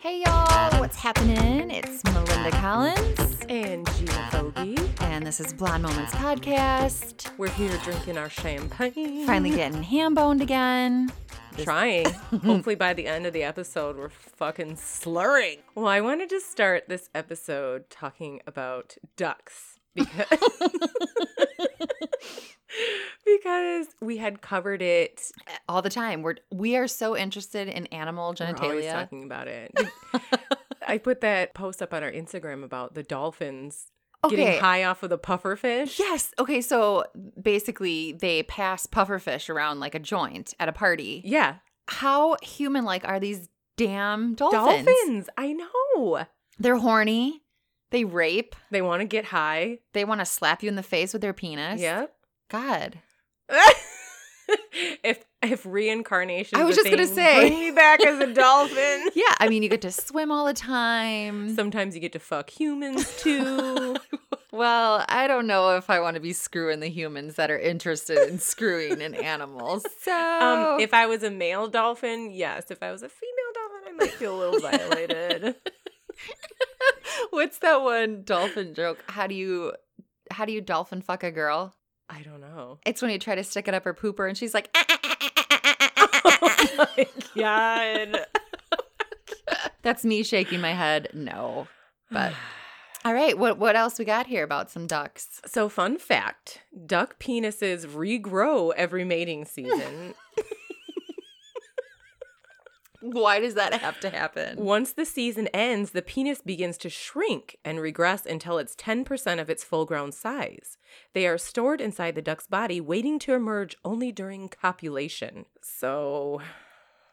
Hey y'all, what's happening? It's Melinda Collins, And Gina Fogey. and this is Blonde Moments Podcast. We're here drinking our champagne. Finally getting ham boned again. Trying. Hopefully, by the end of the episode, we're fucking slurring. Well, I wanted to start this episode talking about ducks because. Because we had covered it. All the time. We're we are so interested in animal We're always genitalia. talking about it. I put that post up on our Instagram about the dolphins Okay. getting high off of the puffer fish. Yes. Okay, so basically they pass pufferfish around like a joint at a party. Yeah. How human like are these damn dolphins? Dolphins. I know. They're horny. They rape. They want to get high. They want to slap you in the face with their penis. Yep. God. if if reincarnation, I was a just gonna thing, say. bring me back as a dolphin. Yeah. I mean you get to swim all the time. Sometimes you get to fuck humans too. Well, I don't know if I want to be screwing the humans that are interested in screwing an animal. So, Oh. um, if I was a male dolphin, yes. If I was a female dolphin, I might feel a little violated. what's that one dolphin joke? How do you how do you dolphin fuck a girl? I don't know. It's when you try to stick it up her pooper and she's like "Ah, ah, ah, ah, ah, ah, ah, ah, ah, ah." oh my god! That's me shaking my head. No. But all right, what what else we got here about some ducks? So, fun fact: duck penises regrow every mating season. Why does that have to happen? Once the season ends, the penis begins to shrink and regress until it's 10% of its full grown size. They are stored inside the duck's body, waiting to emerge only during copulation. So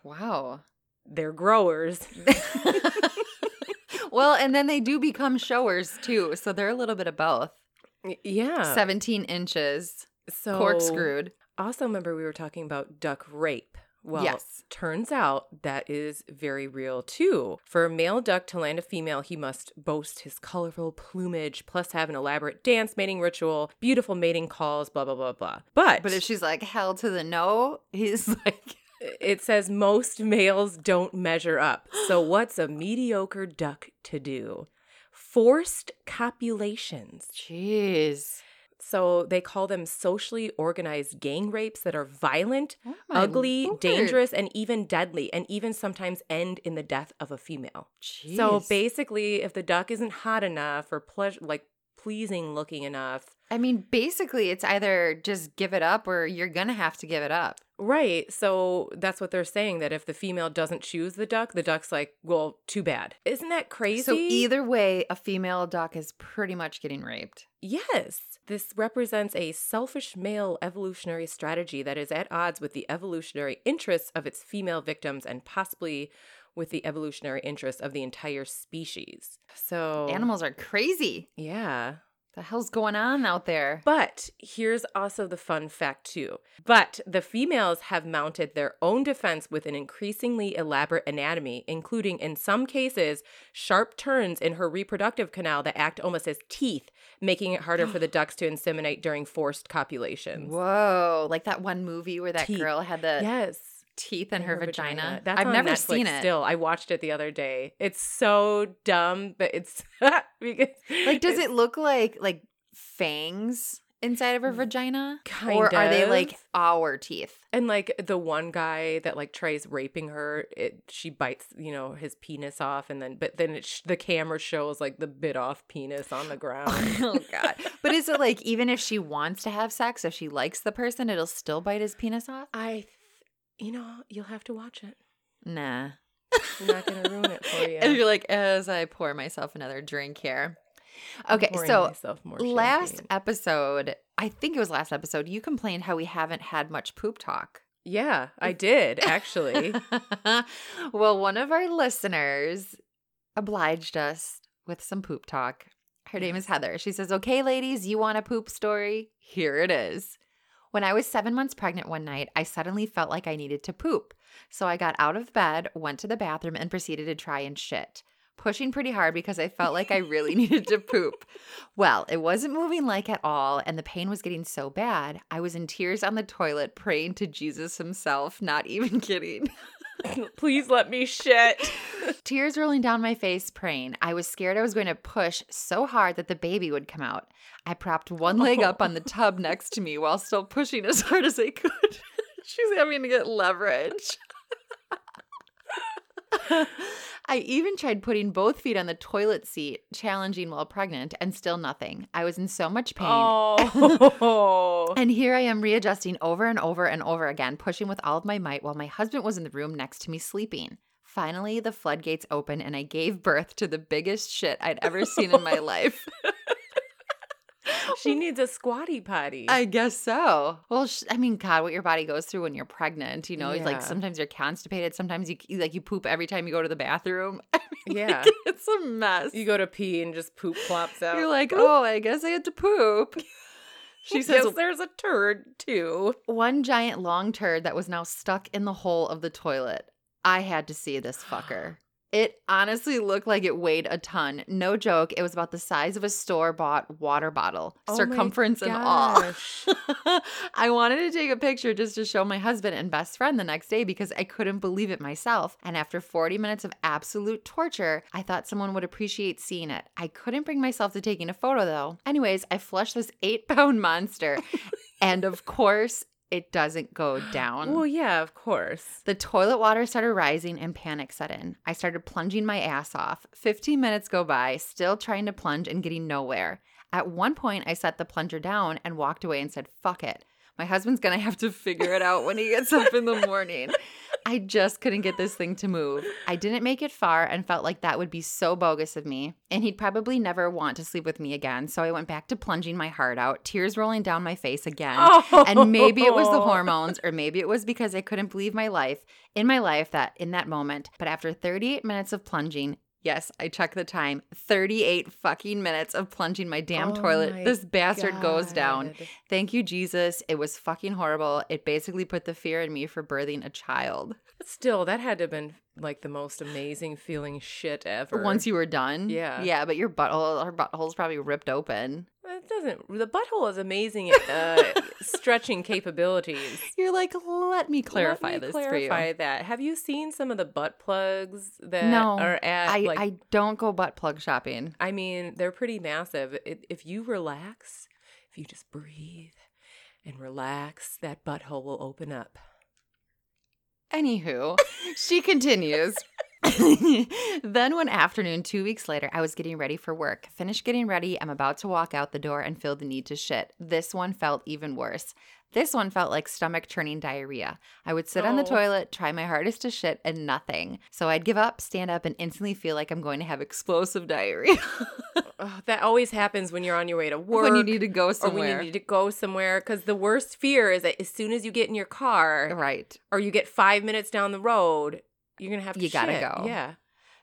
Wow. they're growers. well, and then they do become showers too, so they're a little bit of both. Y- yeah. 17 inches So corkscrewed. Also, remember we were talking about duck rape. Well, Yes. turns out that is very real too. For a male duck to land a female, he must boast his colorful plumage, plus have an elaborate dance mating ritual, beautiful mating calls, blah blah blah blah. But, But if she's like hell to the no, he's like, it says most males don't measure up. So what's a mediocre duck to do? Forced copulations. jeez, So they call them socially organized gang rapes that are violent, Oh my ugly, lord. dangerous, and even deadly, and even sometimes end in the death of a female. Jeez. So basically, if the duck isn't hot enough or pleasure like pleasing looking enough, I mean, basically, it's either just give it up or you're gonna have to give it up. Right. So that's what they're saying that if the female doesn't choose the duck, the duck's like, well, too bad. Isn't that crazy? So either way, a female duck is pretty much getting raped. Yes. This represents a selfish male evolutionary strategy that is at odds with the evolutionary interests of its female victims and possibly with the evolutionary interests of the entire species. So Animals are crazy. Yeah. The hell's going on out there? But here's also the fun fact, too. But the females have mounted their own defense with an increasingly elaborate anatomy, including, in some cases, sharp turns in her reproductive canal that act almost as teeth, making it harder for the ducks to inseminate during forced copulations. Whoa! Like that one movie where that Teeth. girl had the Yes. teeth in her, vagina. That's I've on never Netflix seen it. Still, I watched it the other day. It's so dumb, but it's because Like, does it's it look like like fangs inside of her vagina, Kind or are they of. like our teeth? And like the one guy that like tries raping her, it she bites you know his penis off, and then but then it sh- the camera shows like the bit off penis on the ground. oh god! But is it like even if she wants to have sex, if she likes the person, it'll still bite his penis off? I, th- you know, you'll have to watch it. Nah. I'm not gonna ruin it for you. And you're like, as I pour myself another drink here. Okay, Pouring so myself more last champagne. episode, I think it was last episode, you complained how we haven't had much poop talk. yeah, I did actually. well, one of our listeners obliged us with some poop talk. Her name is Heather. She says, Okay, ladies, you want a poop story? Here it is. When I was seven months pregnant one night, I suddenly felt like I needed to poop. So I got out of bed, went to the bathroom, and proceeded to try and shit. pushing pretty hard because I felt like I really needed to poop. Well, it wasn't moving like at all, and the pain was getting so bad. I was in tears on the toilet, praying to Jesus himself, not even kidding. Please let me shit. Tears rolling down my face, praying. I was scared I was going to push so hard that the baby would come out. I propped one leg up on the tub next to me while still pushing as hard as I could. She's having to get leverage. I even tried putting both feet on the toilet seat, challenging while pregnant, and still nothing. I was in so much pain. Oh. And here I am readjusting over and over and over again, pushing with all of my might while my husband was in the room next to me sleeping. Finally, the floodgates opened and I gave birth to the biggest shit I'd ever seen in my life. she needs a squatty potty. I guess so. Well, sh- I mean, God, what your body goes through when you're pregnant, you know, Yeah. like sometimes you're constipated, sometimes you you- like you poop every time you go to the bathroom. I mean, Yeah. like, it's a mess. you go to pee and just poop plops out. You're like, oh, I guess I had to poop. She says Yes, there's a turd too. one giant long turd that was now stuck in the hole of the toilet. I had to see this fucker. It honestly looked like it weighed a ton. No joke, it was about the size of a store bought water bottle, Oh my circumference and all. gosh. I wanted to take a picture just to show my husband and best friend the next day because I couldn't believe it myself. And after 40 minutes of absolute torture, I thought someone would appreciate seeing it. I couldn't bring myself to taking a photo though. Anyways, I flushed this eight pound monster. and of course, it doesn't go down. Well, yeah, of course. The toilet water started rising and panic set in. I started plunging my ass off. 15 minutes go by, still trying to plunge and getting nowhere. At one point, I set the plunger down and walked away and said, fuck it. My husband's gonna have to figure it out when he gets up in the morning. I just couldn't get this thing to move. I didn't make it far and felt like that would be so bogus of me. And he'd probably never want to sleep with me again. So I went back to plunging my heart out, tears rolling down my face again Oh. and maybe it was the hormones or maybe it was because i couldn't believe my life in my life that in that moment but after 38 minutes of plunging yes i checked the time 38 fucking minutes of plunging my damn Oh my toilet this bastard goes down God. thank you jesus it was fucking horrible it basically put the fear in me for birthing a child Still, that had to have been like the most amazing feeling shit ever. once you were done Yeah. yeah but your butthole her butthole's probably ripped open It doesn't. The butthole is amazing at uh, stretching capabilities. you're like let me clarify Let me this for clarify you that. Have you seen some of the butt plugs that No, are at? I, like, I don't go butt plug shopping I mean, they're pretty massive. If, if you relax, if you just breathe and relax, that butthole will open up. Anywho, she continues. then one afternoon, two weeks later, I was getting ready for work. Finished getting ready, I'm about to walk out the door and feel the need to shit. This one felt even worse. This one felt like stomach churning diarrhea. I would sit on the Oh. toilet, try my hardest to shit, and nothing. So I'd give up, stand up, and instantly feel like I'm going to have explosive diarrhea Ugh, that always happens when you're on your way to work. when you need to go or when somewhere. you need to go somewhere, because the worst fear is that as soon as you get in your car, right. or you get five minutes down the road, you're gonna have to. You gotta shit. go. Yeah.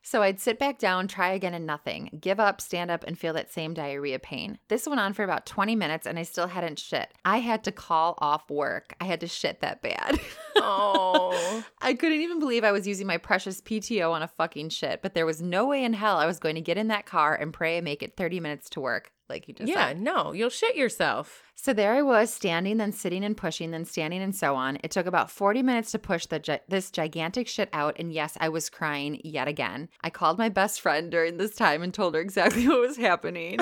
So I'd sit back down, try again, and nothing. Give up, stand up, and feel that same diarrhea pain. This went on for about 20 minutes, and I still hadn't shit. I had to call off work. I had to shit that bad. Oh. I couldn't even believe I was using my precious PTO on a fucking shit, but there was no way in hell I was going to get in that car and pray I make it 30 minutes to work, like you just yeah. said. No, you'll shit yourself. So there I was, standing, then sitting and pushing, then standing and so on. It took about 40 minutes to push the gi- this gigantic shit out, and yes, I was crying yet again. I called my best friend during this time and told her exactly what was happening.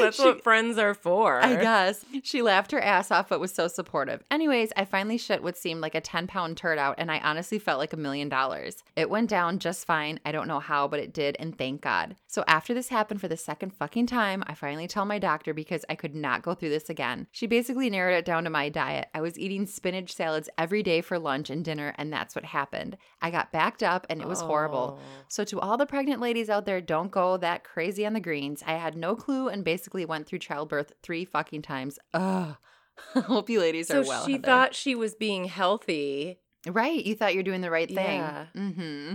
That's what friends are for. I guess. She laughed her ass off, but was so supportive. Anyways, I finally shit what seemed like a 10 pound turd out, and I honestly felt like a million dollars. It went down just fine. I don't know how, but it did, and thank God. So after this happened for the second fucking time, I finally tell my doctor because I could not go through this again. She basically narrowed it down to my diet. I was eating spinach salads every day for lunch and dinner, and that's what happened. I got backed up, and it was horrible. Oh. So, to all the pregnant ladies out there, don't go that crazy on the greens. I had no clue and basically went through childbirth three fucking times. Ugh. Hope you ladies So are well. she Heather. thought she was being healthy. right? You thought you're doing the right thing. Yeah. Mm-hmm.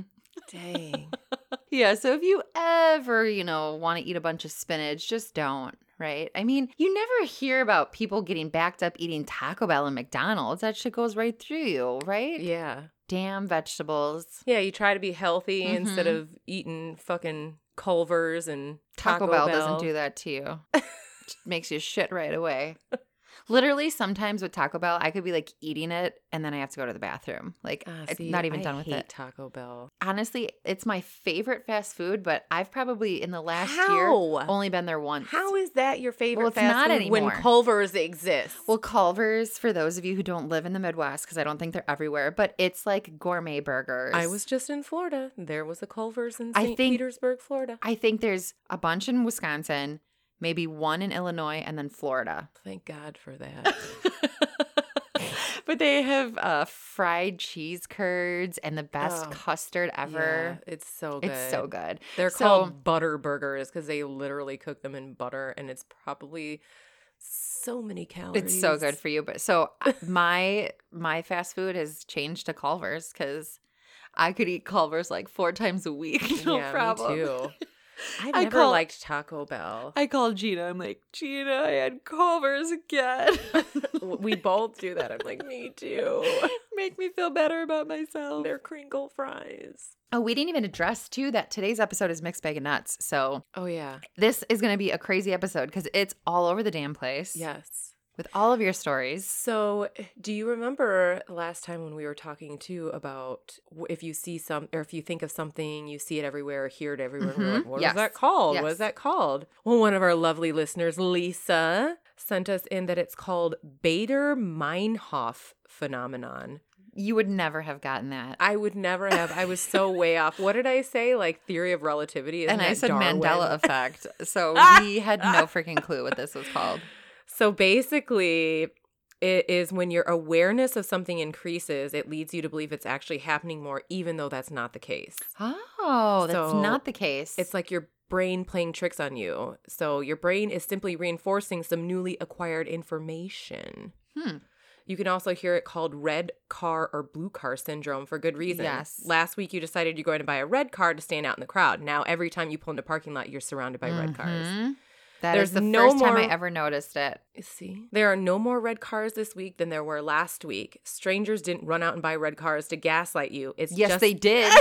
Dang. Yeah. So if you ever, you know, want to eat a bunch of spinach, just don't. right? I mean, you never hear about people getting backed up eating Taco Bell and McDonald's. That shit goes right through you, right? Yeah. Damn vegetables. Yeah, you try to be healthy instead Mhm. of eating fucking Culver's and Taco, Bell, doesn't do that to you. It makes you shit right away. Literally, sometimes with Taco Bell, I could be like eating it and then I have to go to the bathroom. Like, Ah, it's see, not even I done with hate it. Taco Bell. Honestly, it's my favorite fast food, but I've probably in the last year How? only been there once. How is that your favorite it's fast not food when anymore. Culver's exists? Well, Culver's, for those of you who don't live in the Midwest, because I don't think they're everywhere, but it's like gourmet burgers. I was just in Florida. There was a Culver's in I St. think- Petersburg, Florida. I think there's a bunch in Wisconsin, maybe one in Illinois, and then Florida. Thank God for that. but they have uh, fried cheese curds and the best Oh, custard ever. Yeah, it's so good. It's so good. They're So- called butter burgers because they literally cook them in butter, and it's probably so many calories. It's so good for you. But so I- my my fast food has changed to Culver's because I could eat Culver's like four times a week, no yeah, me problem. too. I've I never call- liked Taco Bell. I called Gina. I'm like, Gina, I had Culver's again. we both do that. I'm like, me too. Make me feel better about myself. They're crinkle fries. Oh, we didn't even address too that today's episode is mixed bag of nuts. So Oh yeah. this is going to be a crazy episode because it's all over the damn place. Yes. with all of your stories. So, do you remember last time when we were talking too about w- if you see some or if you think of something, you see it everywhere, hear it everywhere? and we're like, Mhm. what Yes. is that called? What Yes. is that called? Well, one of our lovely listeners, Lisa, sent us in that it's called Bader Meinhof phenomenon. You would never have gotten that. I would never have. I was so way off. What did I say? Like theory of relativity, Isn't and I that said Darwin? Mandela effect. So we had no freaking clue what this was called. So basically, it is when your awareness of something increases, it leads you to believe it's actually happening more, even though that's not the case. Oh, that's So, not the case. It's like your brain playing tricks on you. So your brain is simply reinforcing some newly acquired information. Hmm. You can also hear it called red car or blue car syndrome for good reason. Yes. Last week you decided you're going to buy a red car to stand out in the crowd. Now every time you pull into a parking lot, you're surrounded by red cars. Mhm. That is There's the no first time I more- ever noticed it. See? There are no more red cars this week than there were last week. Strangers didn't run out and buy red cars to gaslight you. It's Yes, just they did.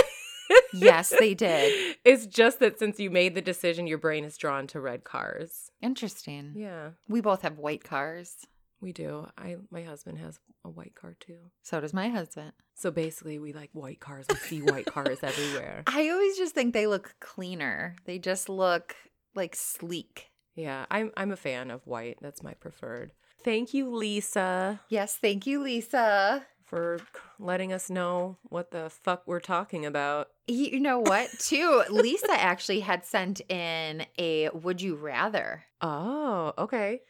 yes, they did. It's just that since you made the decision, your brain is drawn to red cars. Interesting. Yeah, We both have white cars. we do. I my husband has a white car too. So does my husband. So basically, we like white cars. We see white cars everywhere. I always just think they look cleaner. They just look like sleek. Yeah, I'm I'm a fan of white. That's my preferred. Thank you, Lisa, Yes, thank you, Lisa. for letting us know what the fuck we're talking about. You know what, too? Lisa actually had sent in a would you rather. Oh, okay.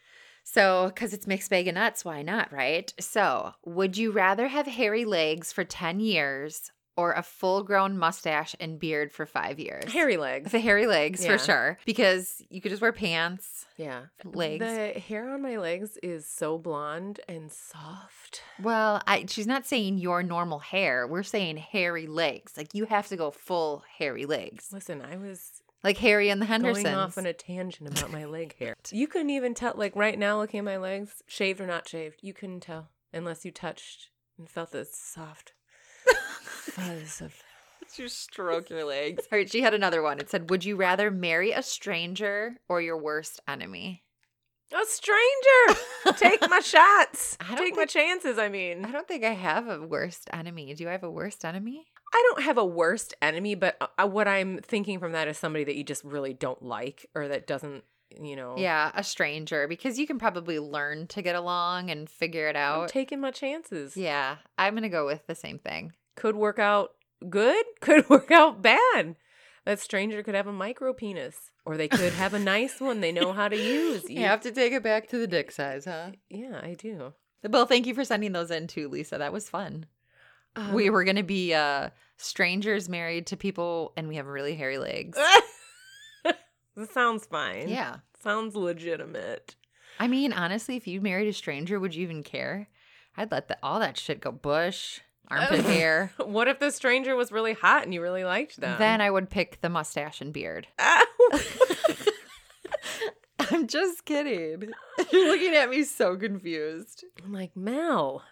So, because it's mixed bag of nuts, why not, right? So, would you rather have hairy legs for 10 years or a full grown mustache and beard for five years? Hairy legs. The hairy legs Yeah. for sure, because you could just wear pants, Yeah. legs. The hair on my legs is so blonde and soft. well, I, she's not saying your normal hair. We're saying hairy legs. Like you have to go full hairy legs, Listen, I was like Harry and the Hendersons. going off on a tangent about my leg hair. You couldn't even tell, like right now, looking at my legs, shaved or not shaved, you couldn't tell unless you touched and felt the soft fuzz of. You stroke your legs. All right, she had another one. It said, Would you rather marry a stranger or your worst enemy? A stranger! Take my shots! I don't Take my chances, I mean. I don't think I have a worst enemy. Do I have a worst enemy? I don't have a worst enemy, but uh, what I'm thinking from that is somebody that you just really don't like or that doesn't, you know. Yeah, a stranger, because you can probably learn to get along and figure it I'm out. taking my chances. yeah, I'm going to go with the same thing. could work out good, could work out bad. That stranger could have a micro penis, or they could have a nice one they know how to use. You- to take it back to the dick size, huh? yeah, I do. Well, thank you for sending those in too, Lisa. That was fun. Um, we were going to be uh, strangers married to people and we have really hairy legs. That sounds fine. Ah, yeah. sounds legitimate. I mean, honestly, if you married a stranger, would you even care? I'd let the, all that shit go bush, armpit hair. What if the stranger was really hot and you really liked them? Then I would pick the mustache and beard. I- I'm just kidding. You're looking at me so confused. I'm like, Mel,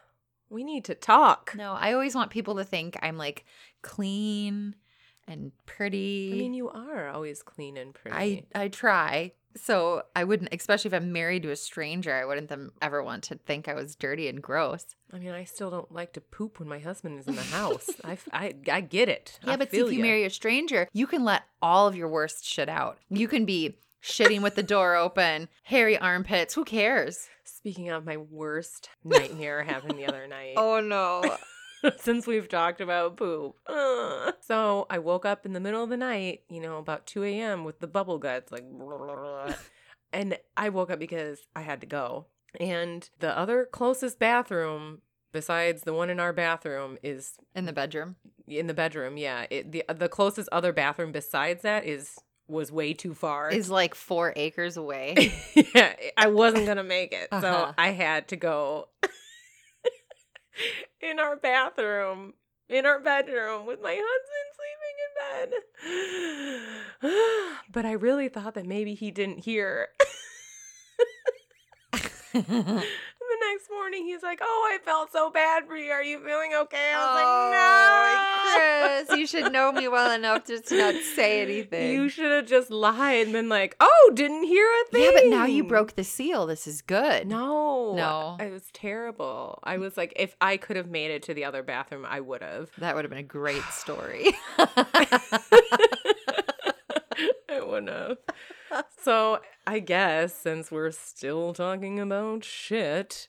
we need to talk. No, I always want people to think I'm like clean and pretty. I mean, you are always clean and pretty. I I try. So I wouldn't, especially if I'm married to a stranger, I wouldn't them ever want to think I was dirty and gross. I mean, I still don't like to poop when my husband is in the house. I, f- I, I get it. Yeah, I but see, feel if you ya. marry a stranger, you can let all of your worst shit out. You can be shitting with the door open, hairy armpits. Who cares? Speaking of, my worst nightmare happened the other night. Oh no. Since we've talked about poop. Ugh. So I woke up in the middle of the night, you know, about 2 a.m. with the bubble guts, like, and I woke up because I had to go. And the other closest bathroom, besides the one in our bathroom, is In the bedroom. in the bedroom. Yeah, it, the the closest other bathroom besides that is was way too far. Is like four acres away. yeah, I wasn't gonna make it, Uh-huh. so I had to go in our bathroom, in our bedroom, with my husband sleeping in bed. but I really thought that maybe he didn't hear. the next morning, he's like, "Oh, I felt so bad for you. Are you feeling okay?" Oh, I was like, "No." Chris, you should know me well enough just to not say anything. You should have just lied and been like, "Oh, didn't hear a thing." yeah, but now you broke the seal. This is good. No, No. Mm. it was terrible. I was like, if I could have made it to the other bathroom, I would have. That would have been a great story. I would have. So I guess since we're still talking about shit,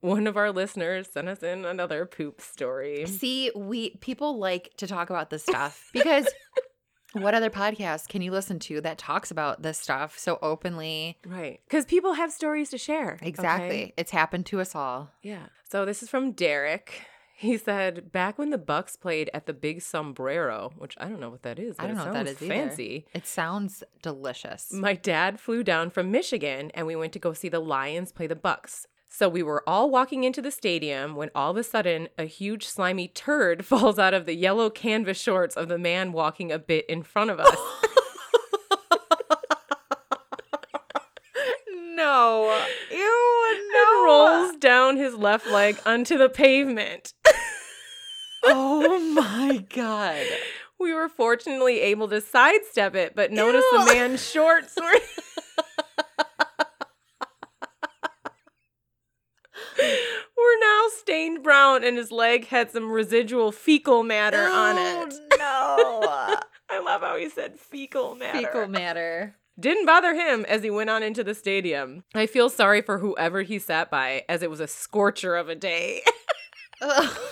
one of our listeners sent us in another poop story. See, we people like to talk about this stuff because what other podcast can you listen to that talks about this stuff so openly? Right, because people have stories to share. okay? Exactly. It's happened to us all. Yeah. So this is from Derek. He said, back when the Bucks played at the Big Sombrero, which I don't know what that is, but I don't it know what that sounds is either. fancy. It sounds delicious. My dad flew down from Michigan and we went to go see the Lions play the Bucks. So we were all walking into the stadium when all of a sudden a huge slimy turd falls out of the yellow canvas shorts of the man walking a bit in front of us. No. Ew, and rolls down his left leg onto the pavement. Oh my god. We were fortunately able to sidestep it, but noticed the Ew. man's shorts were were now stained brown and his leg had some residual fecal matter on it. Oh I love how he said fecal no. matter. Fecal matter. Didn't bother him as he went on into the stadium. I feel sorry for whoever he sat by, as it was a scorcher of a day. Oh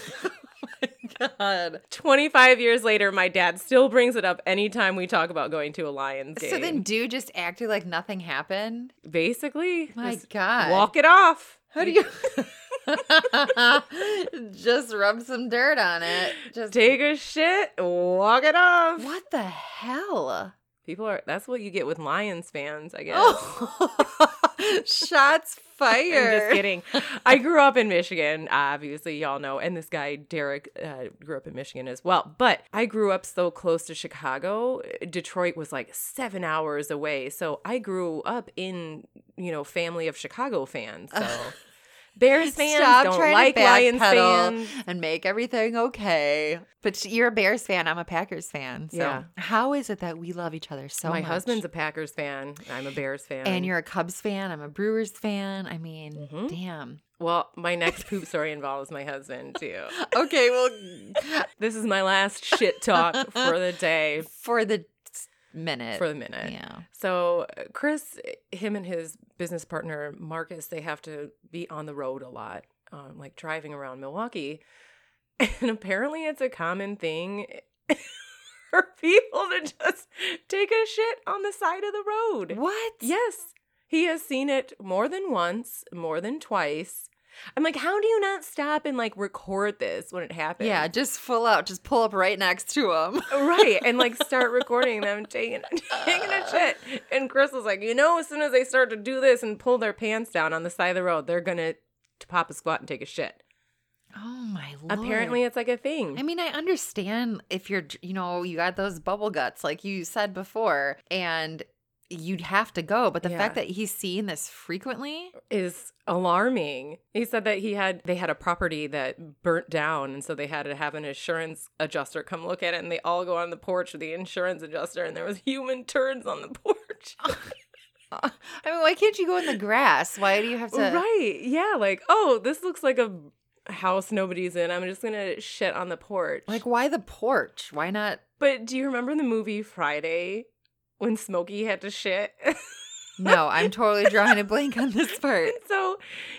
my god. 25 years later, my dad still brings it up anytime we talk about going to a Lions game. So then do just acted like nothing happened? basically, My just god. walk it off. How do you just rub some dirt on it? Just take a shit, walk it off? What the hell? People are, that's what you get with Lions fans, I guess. Oh, shots I'm just fired. kidding. I grew up in Michigan, obviously, y'all know, and this guy Derek uh, grew up in Michigan as well. But I grew up so close to Chicago. Detroit was like seven hours away, so I grew up in you know family of Chicago fans. So Bears fans Stop don't trying like to Lions backpedal fans. and make everything okay. But you're a Bears fan. I'm a Packers fan. So Yeah. how is it that we love each other so My much? husband's a Packers fan. I'm a Bears fan. and you're a Cubs fan. I'm a Brewers fan. I mean, Mhm. damn. well. My next poop story involves my husband too. Okay, well, This is my last shit talk for the day. for the minute. For the minute. yeah. So uh, Chris, him and his business partner Marcus, they have to be on the road a lot, um, like driving around Milwaukee, and apparently it's a common thing for people to just take a shit on the side of the road. What? Yes, he has seen it more than once, more than twice. I'm like, how do you not stop and like record this when it happens? Yeah, just full out. Just pull up right next to him. right and like start recording them taking taking a shit and chris was like you know as soon as they start to do this and pull their pants down on the side of the road they're gonna to pop a squat and take a shit Oh my lord. apparently it's like a thing I mean, I understand if you're, you know, you got those bubble guts, like you said before, and you'd have to go. But the Yeah. fact that he's seeing this frequently, is alarming. He said that he had they had a property that burnt down and so they had to have an insurance adjuster come look at it and they all go on the porch with the insurance adjuster and there was human turds on the porch. I mean, why can't you go in the grass? Why do you have to? right. Yeah, like, oh, this looks like a house nobody's in. I'm just going to shit on the porch. Like, why the porch? Why not? but do you remember the movie Friday when Smokey had to shit? No, I'm totally drawing a blank on this part. And so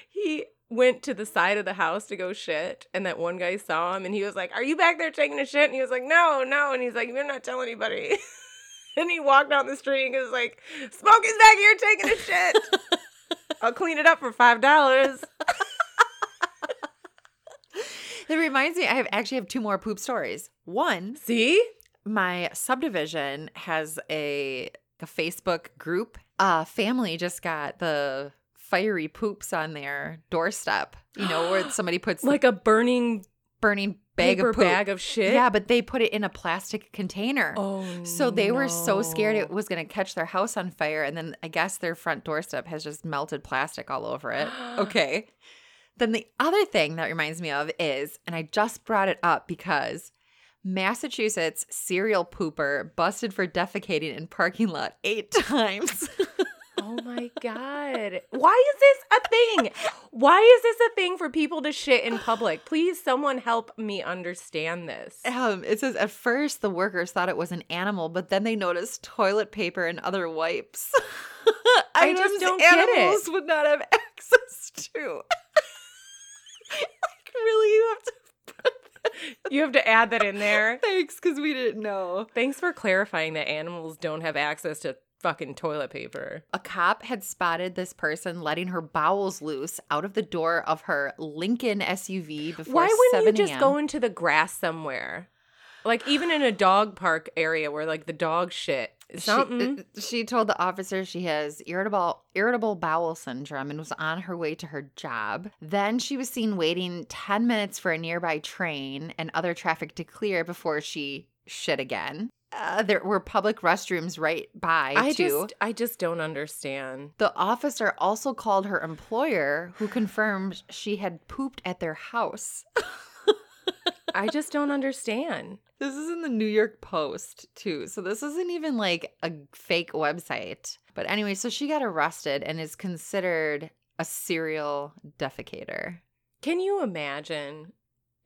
he went to the side of the house to go shit, and that one guy saw him, and he was like, "Are you back there taking a shit?" And he was like, "No, no," and he's like, "You're not telling anybody." and he walked down the street and was like, "Smokey's back here taking a shit. I'll clean it up for five dollars." It reminds me, I have actually have two more poop stories. One, See, my subdivision has a, a Facebook group. A family just got the fiery poops on their doorstep. You know, where somebody puts like like a burning burning bag paper of poop. bag of shit. Yeah, but they put it in a plastic container. Oh, So they were so scared it no. was going to catch their house on fire. And then I guess their front doorstep has just melted plastic all over it. Okay. Then the other thing that reminds me of is, and I just brought it up because Massachusetts serial pooper busted for defecating in parking lot eight times. Oh my god. Why is this a thing? Why is this a thing for people to shit in public? Please someone help me understand this. Um, it says at first the workers thought it was an animal, but then they noticed toilet paper and other wipes. I items just don't get it. animals would not have access to. like really, you have to. You have to add that in there. Thanks, because we didn't know. Thanks for clarifying that animals don't have access to fucking toilet paper. A cop had spotted this person letting her bowels loose out of the door of her Lincoln SUV before Why 7 wouldn't you just a.m.. go into the grass somewhere? Like even in a dog park area where like the dog shit. She- uh, Something. She, told the officer she has irritable irritable bowel syndrome and was on her way to her job. Then she was seen waiting 10 minutes for a nearby train and other traffic to clear before she shit again. Uh, there were public restrooms right by I too. just I just don't understand. the officer also called her employer, who confirmed she had pooped at their house. I just don't understand. This is in the New York Post, too. So this isn't even like a fake website. But anyway, so she got arrested and is considered a serial defecator. Can you imagine?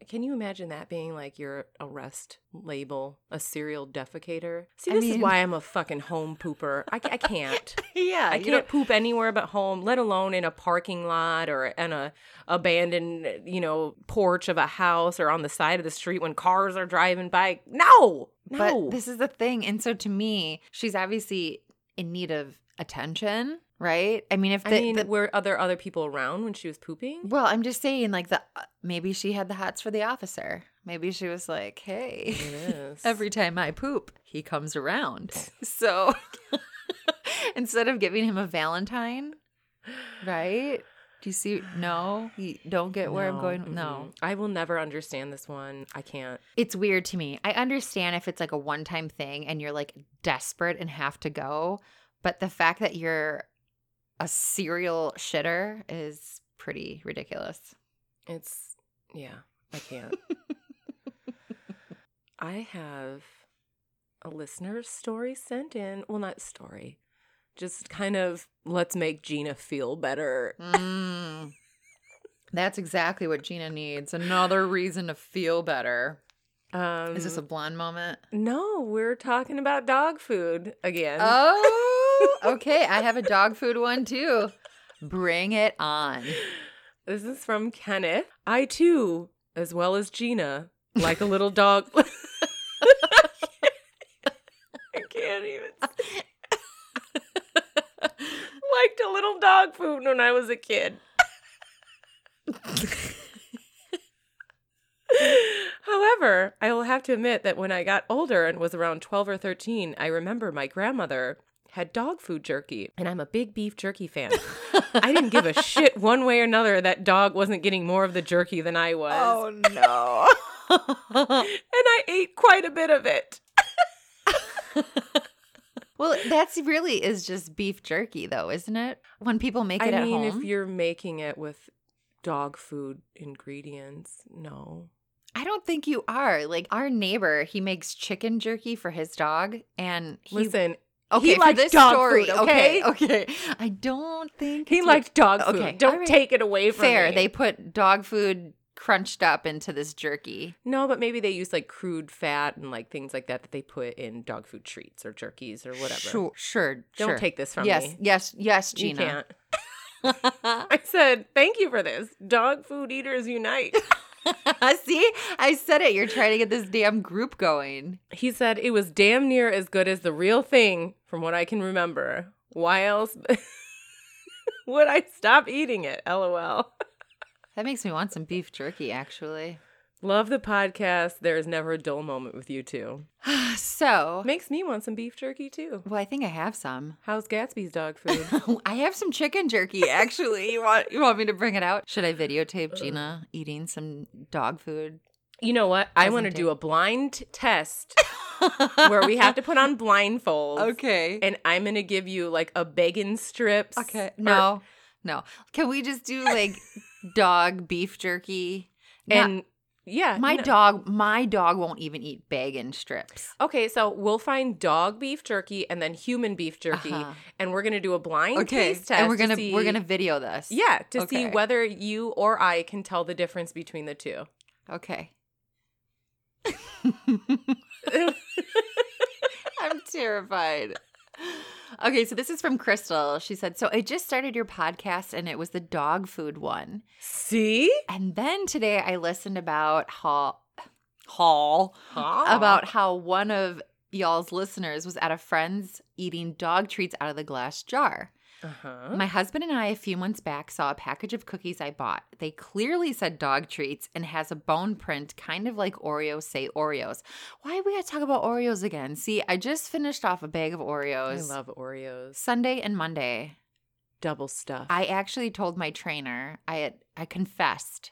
Can you imagine that being like your arrest label, a serial defecator? See, I this mean- is why I'm a fucking home pooper. I, ca- I can't. Yeah, I can't poop anywhere but home, let alone in a parking lot or in a abandoned, you know, porch of a house or on the side of the street when cars are driving by. No, But no. this is the thing. And so to me, she's obviously in need of attention, right? I mean, if the, I mean, the- were other other people around when she was pooping? well, I'm just saying, like the uh, maybe she had the hots for the officer. Maybe she was like, hey, It is. Every time I poop, he comes around. So instead of giving him a Valentine, right? Do you see? No, you don't get where I'm No, going. No. mm-mm. I will never understand this one. I can't. It's weird to me. I understand if it's like a one time thing and you're like desperate and have to go, but the fact that you're a serial shitter is pretty ridiculous. It's yeah, I can't. I have a listener's story sent in. Well, not story. Just kind of let's make Gina feel better. Mm. That's exactly what Gina needs. Another reason to feel better. Um Is this a blonde moment? No, we're talking about dog food again. Oh, okay. I have a dog food one too. Bring it on. This is from Kenneth. I too, as well as Gina, like a little dog. I can't even. Liked a little dog food when I was a kid. However, I will have to admit that when I got older and was around 12 or 13, I remember my grandmother had dog food jerky, and I'm a big beef jerky fan. I didn't give a shit one way or another that dog wasn't getting more of the jerky than I was. Oh, no. And I ate quite a bit of it. Well, that's really is just beef jerky, though, isn't it? When people make it I at mean, home, if you're making it with dog food ingredients, no. I don't think you are. Like our neighbor, he makes chicken jerky for his dog, and he, Listen, okay, he for liked this dog story, food, okay? okay, okay. I don't think he it's liked dog food. Okay, Don't all right. take it away from fair. me. They put dog food crunched up into this jerky. no, but maybe they use like crude fat and like things like that that they put in dog food treats or jerkies or whatever. Sure, sure. Don't sure. take this from yes, me. yes, yes, You Gina. can't. I said, "Thank you for this. Dog food eaters unite." See, I said it. You're trying to get this damn group going. He said it was damn near as good as the real thing, from what I can remember. Why else would I stop eating it? LOL. That makes me want some beef jerky, actually. Love the podcast. There is never a dull moment with you two. So, Makes me want some beef jerky too. well, I think I have some. How's Gatsby's dog food? I have some chicken jerky, actually. you want you want me to bring it out? Should I videotape Gina eating some dog food? you know what? I want to Doesn't do a blind test where we have to put on blindfolds. okay. And I'm going to give you like a bacon strips. okay. or- No. no. Can we just do like dog beef jerky? Not- and yeah. my Uh, no. dog my dog won't even eat bacon strips. Okay, so we'll find dog beef jerky and then human beef jerky, Uh-huh. and we're gonna do a blind taste test. And we're to gonna we're see- gonna video this. yeah to see Okay. whether you or I can tell the difference between the two. Okay. I'm terrified. Okay, so this is from Crystal. She said, So I just started your podcast and it was the dog food one. See, And then today I listened about how haul about about how one of y'all's listeners was at a friend's eating dog treats out of the glass jar. uh-huh. My husband and I, a few months back, saw a package of cookies I bought. They clearly said dog treats and has a bone print, kind of like Oreos say Oreos. Why we gotta talk about Oreos again? See, I just finished off a bag of I Oreos love Oreos, Sunday and Monday. double stuff. I actually told my trainer I had, I confessed.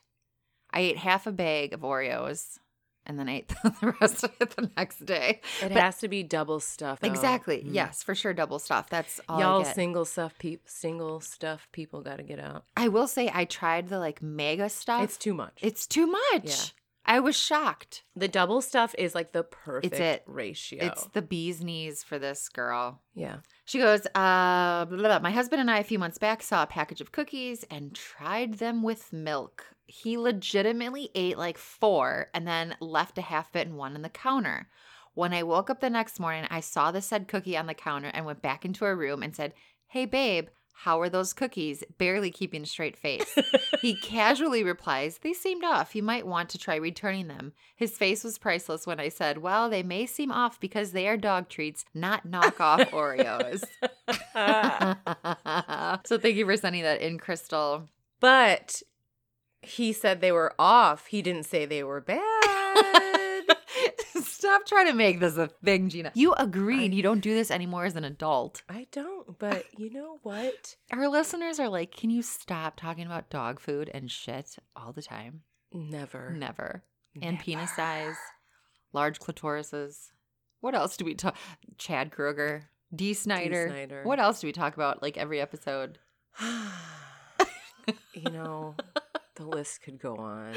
I ate half a bag of Oreos and then ate the rest of it the next day. it but- has to be double stuff. though. Exactly. Mm. Yes, for sure. Double stuff. That's all. I y'all get. single stuff, peop single stuff people got to get out. I will say I tried the like mega stuff. It's too much. It's too much. Yeah. I was shocked. the double stuff is like the perfect it. ratio. It's the bee's knees for this girl. yeah. She goes, uh, blah, blah, blah. my husband and I a few months back saw a package of cookies and tried them with milk. He legitimately ate like four and then left a half bit and one on the counter. When I woke up the next morning, I saw the said cookie on the counter and went back into our room and said, Hey, babe, how are those cookies? Barely keeping a straight face. He casually replies, They seemed off. You might want to try returning them. His face was priceless when I said, Well, they may seem off because they are dog treats, not knockoff Oreos. so thank you for sending that in, Crystal. But he said they were off. He didn't say they were bad. Stop trying to make this a thing, Gina. You agreed you don't do this anymore as an adult. I don't, but you know what? Our listeners are like, Can you stop talking about dog food and shit all the time? Never. Never. and penis Never. size, large clitorises. What else do we talk? Chad Kroger, D. Snyder. Snyder. What else do we talk about? Like every episode. you know, the list could go on.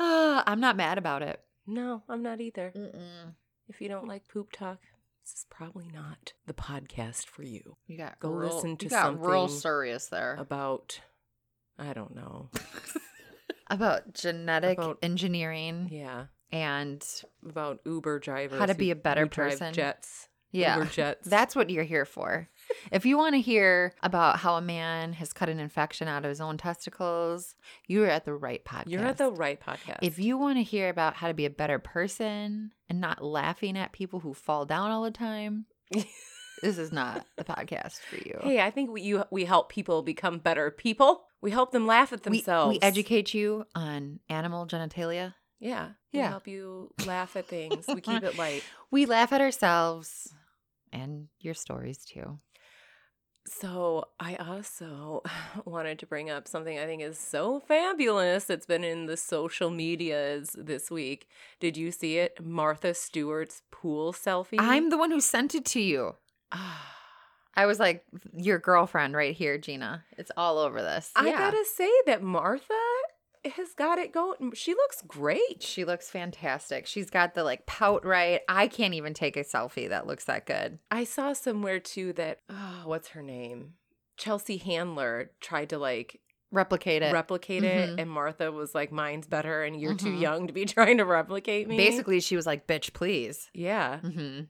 Ah, I'm not mad about it. No, I'm not either. Mm-mm. If you don't like poop talk, this is probably not the podcast for you. You got Go real- listen to you got real something serious there About, I don't know. about genetic about- engineering Yeah. and About Uber drivers. How to who- be a better who drive person. Jets. yeah. Uber jets. That's what you're here for. If you want to hear about how a man has cut an infection out of his own testicles, you're at the right podcast. You're at the right podcast. If you want to hear about how to be a better person and not laughing at people who fall down all the time, this is not the podcast for you. Hey, I think we you, we help people become better people. We help them laugh at we, themselves. we educate you on animal genitalia. Yeah. Yeah. We help you laugh at things. we keep it light. We laugh at ourselves and your stories too. So, I also wanted to bring up something I think is so fabulous that's been in the social medias this week. Did you see it? Martha Stewart's pool selfie. Ah, I'm the one who sent it to you. I was like, your girlfriend right here, Gina. It's all over this. I Yeah. gotta say that Martha has got it going. She looks great. She looks fantastic. She's got the like pout right. I can't even take a selfie that looks that good. I saw somewhere too that oh, what's her name? Chelsea Handler tried to like Replicate it. replicate Mhm. it, and Martha was like, "Mine's better, and you're too Mhm. young to be trying to replicate me." Basically, she was like, bitch, please. yeah. hmm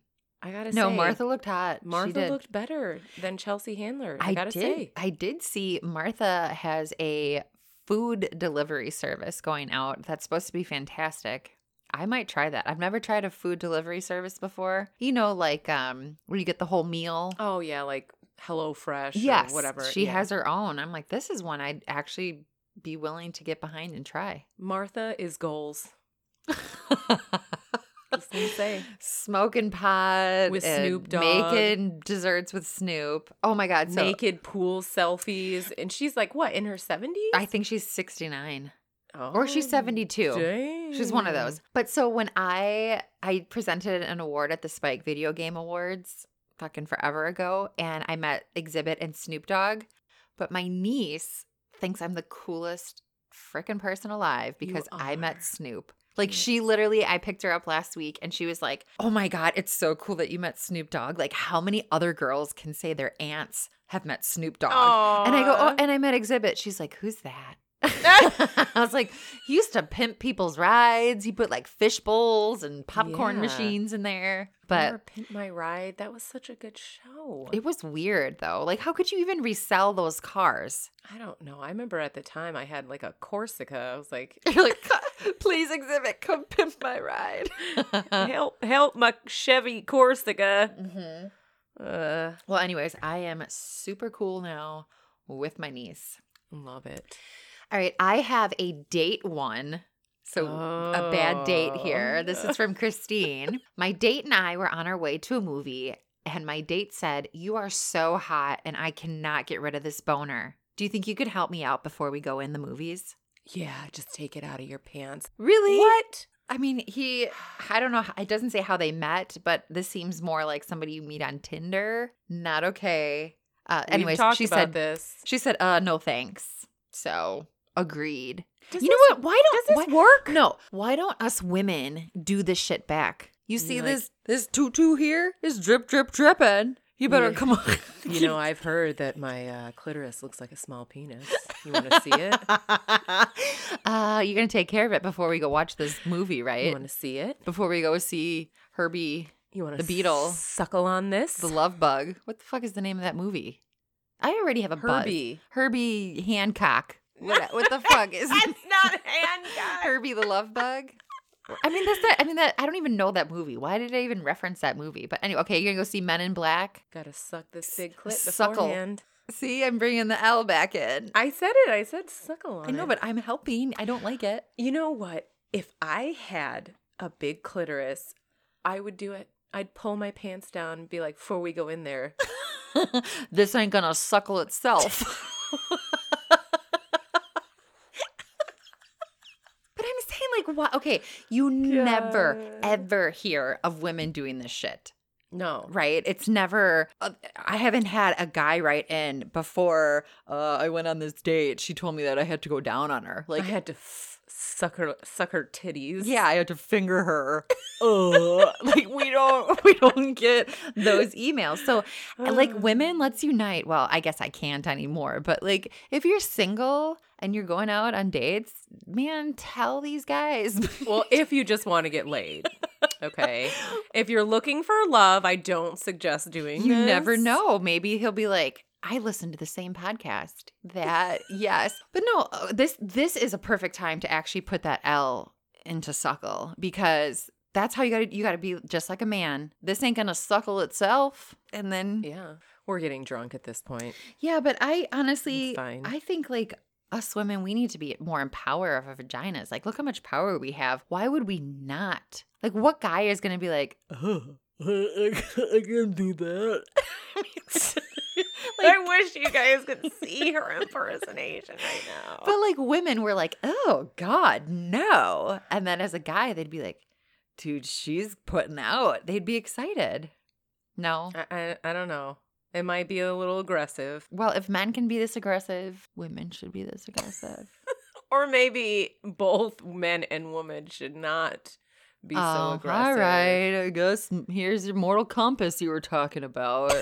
I gotta No, say, Martha looked hot. She Martha did. looked better than Chelsea Handler. I, gotta did. say, I did see Martha has a food delivery service going out that's supposed to be fantastic. I might try that. I've never tried a food delivery service before. You know, like um, where you get the whole meal. oh yeah, like Hello Fresh, yes, or whatever. She yeah. has her own. I'm like, this is one I'd actually be willing to get behind and try. Martha is goals. Just gonna say. Smoking pot With and Snoop Dogg. making desserts with Snoop. Oh my god! So Naked pool selfies, and she's like, what in her seventies? Oh, I think she's 69 or she's 72. She's one of those. But so when I I presented an award at the Spike Video Game Awards fucking forever ago and I met Exhibit and Snoop Dogg, but my niece thinks I'm the coolest freaking person alive You because I are. met Snoop. Like she literally I picked her up last week and she was like, "Oh my god, it's so cool that you met Snoop Dogg. Like how many other girls can say their aunts have met Snoop Dogg?" And I go, oh, and I met Exhibit. She's like, who's that? I was like, he used to pimp people's rides. He put like fish bowls and popcorn Yeah. machines in there. Remember But Pimp My Ride. That was such a good show. it was weird though. Like, how could you even resell those cars? I don't know. I remember at the time I had like a Corsica. I was like, You're like, "Co- please, Exhibit, come pimp my ride. Uh. help, help my Chevy Corsica. Mhm. Uh, Well, anyways, I am super cool now with my niece. love it. All right, I have a date one. So a bad date here. Oh. This is from Christine. my date and I were on our way to a movie, and my date said, You are so hot, and I cannot get rid of this boner. Do you think you could help me out before we go in the movies? Yeah, just take it out of your pants. Really? What? I mean, he, I don't know. It doesn't say how they met, but this seems more like somebody you meet on Tinder. Not okay. Uh, We've anyways, talked she about said, this. She said, uh, no thanks. So agreed. Does you this- know what? Why don't does this why- work? No. Why don't us women do this shit back? You see You're like- this this tutu here is drip drip dripping. You better Yeah. come on. You know, I've heard that my uh, clitoris looks like a small penis. You want to see it? uh, you're gonna take care of it before we go watch this movie, You right? want to see it? Before we go see Herbie You want The to beetle. suckle on this? the Love Bug. What the fuck is the name of that movie? I already have a buzz. Herbie. Herbie Hancock. What, what the fuck is not handgun. Herbie the Love Bug. I mean, that's not, I mean that I don't even know that movie. Why did I even reference that movie? But anyway, okay, you're gonna go see Men in Black. Gotta suck this big clit Suckle. beforehand. See, I'm bringing the L back in. I said it. I said suckle on I know, it. but I'm helping. I don't like it. you know what? If I had a big clitoris, I would do it. I'd pull my pants down and be like, before we go in there, this ain't gonna suckle itself. but I'm saying, like, what? Okay, you never God. ever hear of women doing this shit. no. right? It's never. uh, I haven't had a guy write in before. Uh, I went on this date. She told me that I had to go down on her. Like, I had to f- suck her, suck her titties. yeah, I had to finger her. Ugh. like we don't, we don't get those emails. So, like, women, let's unite. Well, I guess I can't anymore. But like, if you're single and you're going out on dates, man, tell these guys. Well, if you just want to get laid, okay. If you're looking for love, I don't suggest doing. You never this. know. Maybe he'll be like, I listened to the same podcast. That yes, but no. uh, This this is a perfect time to actually put that L into suckle because that's how you got to you got to be just like a man. This ain't gonna suckle itself, and then yeah. Yeah, we're getting drunk at this point. but I honestly, It's fine. I think like. Us women, we need to be more in power of our vaginas. Like, look how much power we have. Why would we not? Like, what guy is going to be like, I, can do that. Like- wish you guys could see her impersonation right But like women were like, oh God, no. And then as a guy, they'd be like, dude, she's putting out. They'd be excited. No. I, I, I don't know. It might be a little aggressive. Well, if men can be this aggressive, women should be this aggressive. Or maybe both men and women should not be so aggressive. Oh, All right. I guess here's your mortal compass you were talking about.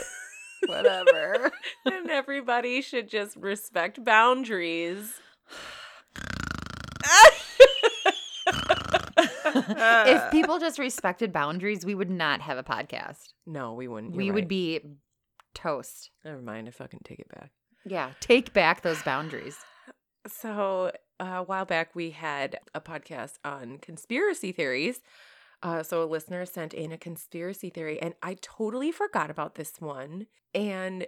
Whatever. and everybody should just respect boundaries. if people just respected boundaries, we would not have a podcast. no, we wouldn't. we would be toast. Never mind. I fucking take it back. Yeah. Take back those boundaries. So uh, a while back, we had a podcast on conspiracy theories. Uh, so a listener sent in a conspiracy theory, and I totally forgot about this one. And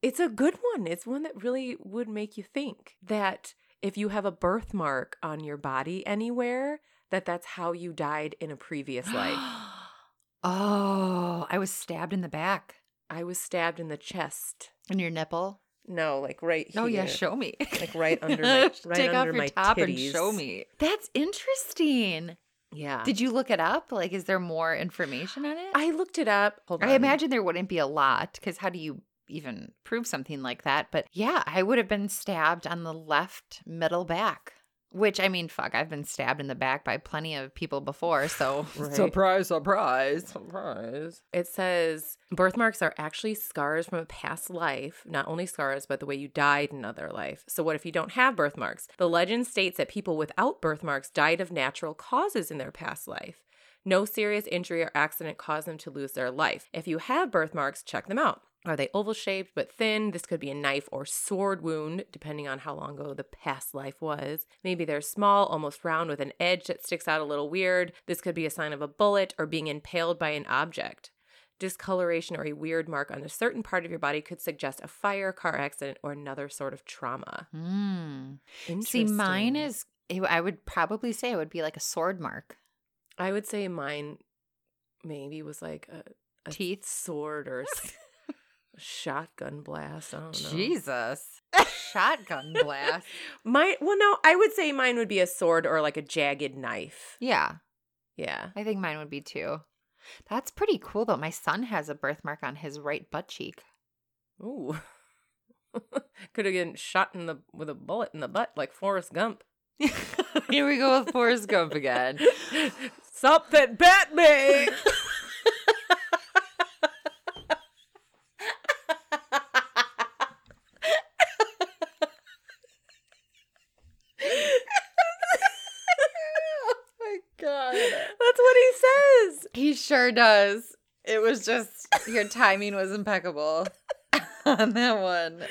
it's a good one. It's one that really would make you think that if you have a birthmark on your body anywhere, that that's how you died in a previous life. oh, I was stabbed in the back. I was stabbed in the chest. In your nipple? No, like right here. Oh, yeah. Show me. Like right under my- right Take off under your my top titties. and show me. That's interesting. Yeah. Did you look it up? Like, is there more information on it? I looked it up. Hold I on. imagine there wouldn't be a lot because how do you even prove something like that? But yeah, I would have been stabbed on the left middle back, which I mean, fuck, I've been stabbed in the back by plenty of people before. So Right. surprise, surprise. Surprise. It says birthmarks are actually scars from a past life, not only scars, but the way you died in another life. So, what if you don't have birthmarks? The legend states that people without birthmarks died of natural causes in their past life. No serious injury or accident caused them to lose their life. If you have birthmarks, check them out. Are they oval shaped but thin? This could be a knife or sword wound, depending on how long ago the past life was. Maybe they're small, almost round, with an edge that sticks out a little weird. This could be a sign of a bullet or being impaled by an object. Discoloration or a weird mark on a certain part of your body could suggest a fire, car accident, or another sort of trauma. Mm. See, mine Interesting. is, I would probably say it would be like a sword mark. I would say mine maybe was like a, a Teeth? sword or s- shotgun blast. I don't know. Jesus. oh, Shotgun blast. My well, no, I would say mine would be a sword or like a jagged knife. yeah, Yeah. I think mine would be too. That's pretty cool though. My son has a birthmark on his right butt cheek. Ooh. Could have been shot in the with a bullet in the butt like Forrest Gump. Here we go with Forrest Gump again. Stop that bat me. oh my god. That's what he says. He sure does. It was just your timing was impeccable on that one.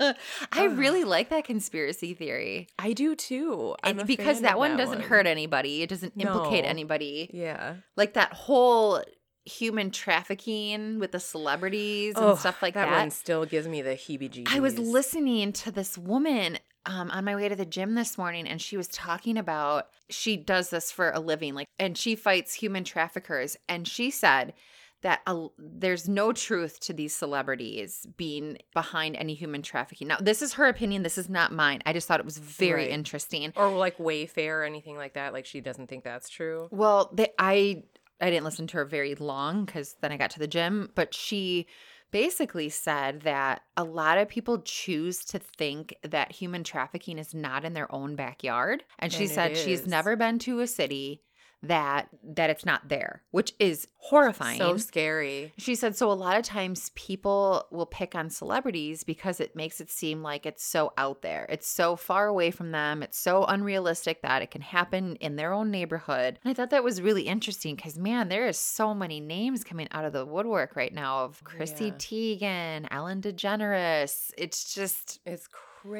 I really like that conspiracy theory. I do too. I'm It's a because fan that of one doesn't hurt anybody. It doesn't implicate No. anybody. Yeah. Like that whole human trafficking with the celebrities and stuff like that. one still gives me the heebie-jeebies. I was listening to this woman um, on my way to the gym this morning, and she was talking about she does this for a living, like, and she fights human traffickers. And she said that a, there's no truth to these celebrities being behind any human trafficking. Now, this is her opinion. This is not mine. I just thought it was very Right. interesting. or like Wayfair or anything like that. Like she doesn't think that's true. Well, they, I I didn't listen to her very long because then I got to the gym, but she basically said that a lot of people choose to think that human trafficking is not in their own backyard, and she And it said she's is. never been to a city that that it's not there, which is horrifying. So scary. She said, so a lot of times people will pick on celebrities because it makes it seem like it's so out there. It's so far away from them. It's so unrealistic that it can happen in their own neighborhood. And I thought that was really interesting because, man, there is so many names coming out of the woodwork right now of Chrissy Teigen, Ellen DeGeneres. It's just. It's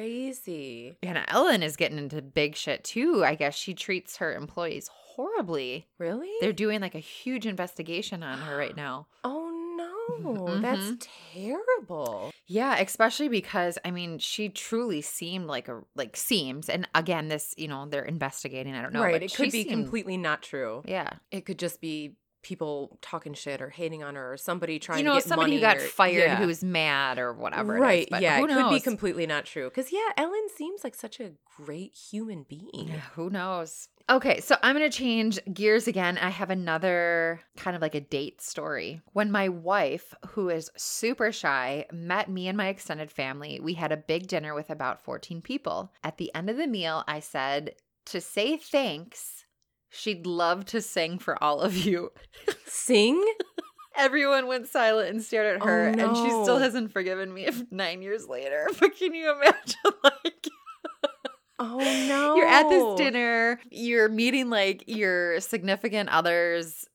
crazy. And Ellen is getting into big shit too. I guess she treats her employees horribly. Really? They're doing like a huge investigation on her right now. oh no, Mhm. that's terrible. Yeah, especially because I mean, she truly seemed like a like seems, and again, this you know they're investigating. I don't know, right. but It she could be seemed- completely not true. Yeah, It could just be people talking shit or hating on her or somebody trying you know, to get somebody who money got or- fired Yeah. who's mad or whatever. it is, right but yeah who it could be knows? completely not true because yeah ellen seems like such a great human being Yeah, Who knows? Okay, so I'm going to change gears again. I have another kind of like a date story. When my wife, who is super shy, met me and my extended family, we had a big dinner with about 14 people. At the end of the meal, I said, to say thanks, she'd love to sing for all of you. sing Everyone went silent and stared at Oh, her, and she still no. hasn't forgiven me if nine years later. But can you imagine, like, oh no You're at this dinner, you're meeting like your significant other's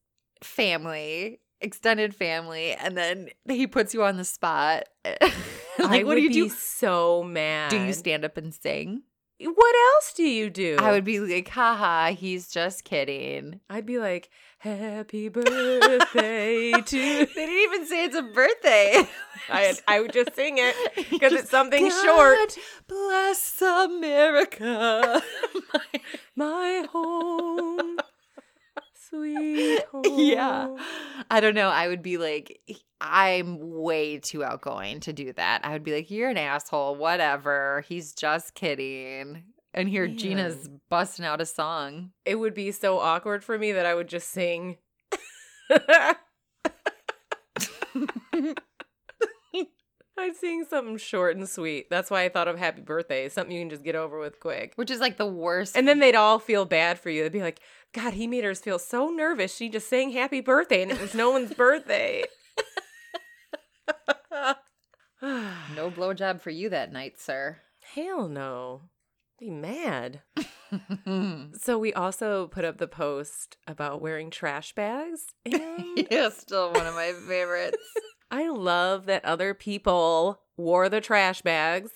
family, extended family, and then he puts you on the spot. like, I what do you would do? be so mad Do you stand up and sing? what else do you do I would be like, haha, he's just kidding. i'd be like happy they birthday to didn't even say it's a birthday. I, I would just sing it because Just, it's something "God short Bless America. my home sweet home yeah. I don't know. I would be like, I'm way too outgoing to do that. I would be like, you're an asshole, whatever. He's just kidding. And here Gina's busting out a song. it would be so awkward for me that i would just sing I'd sing something short and sweet. That's why I thought of happy birthday, something you can just get over with quick. Which is like the worst. And then they'd all feel bad for you. They'd be like, God, he made her feel so nervous. She just sang happy birthday and it was no one's birthday. no blowjob for you that night, sir. Hell no. Be mad. So we also put up the post about wearing trash bags. And You're still one of my favorites. I love that other people wore the trash bags.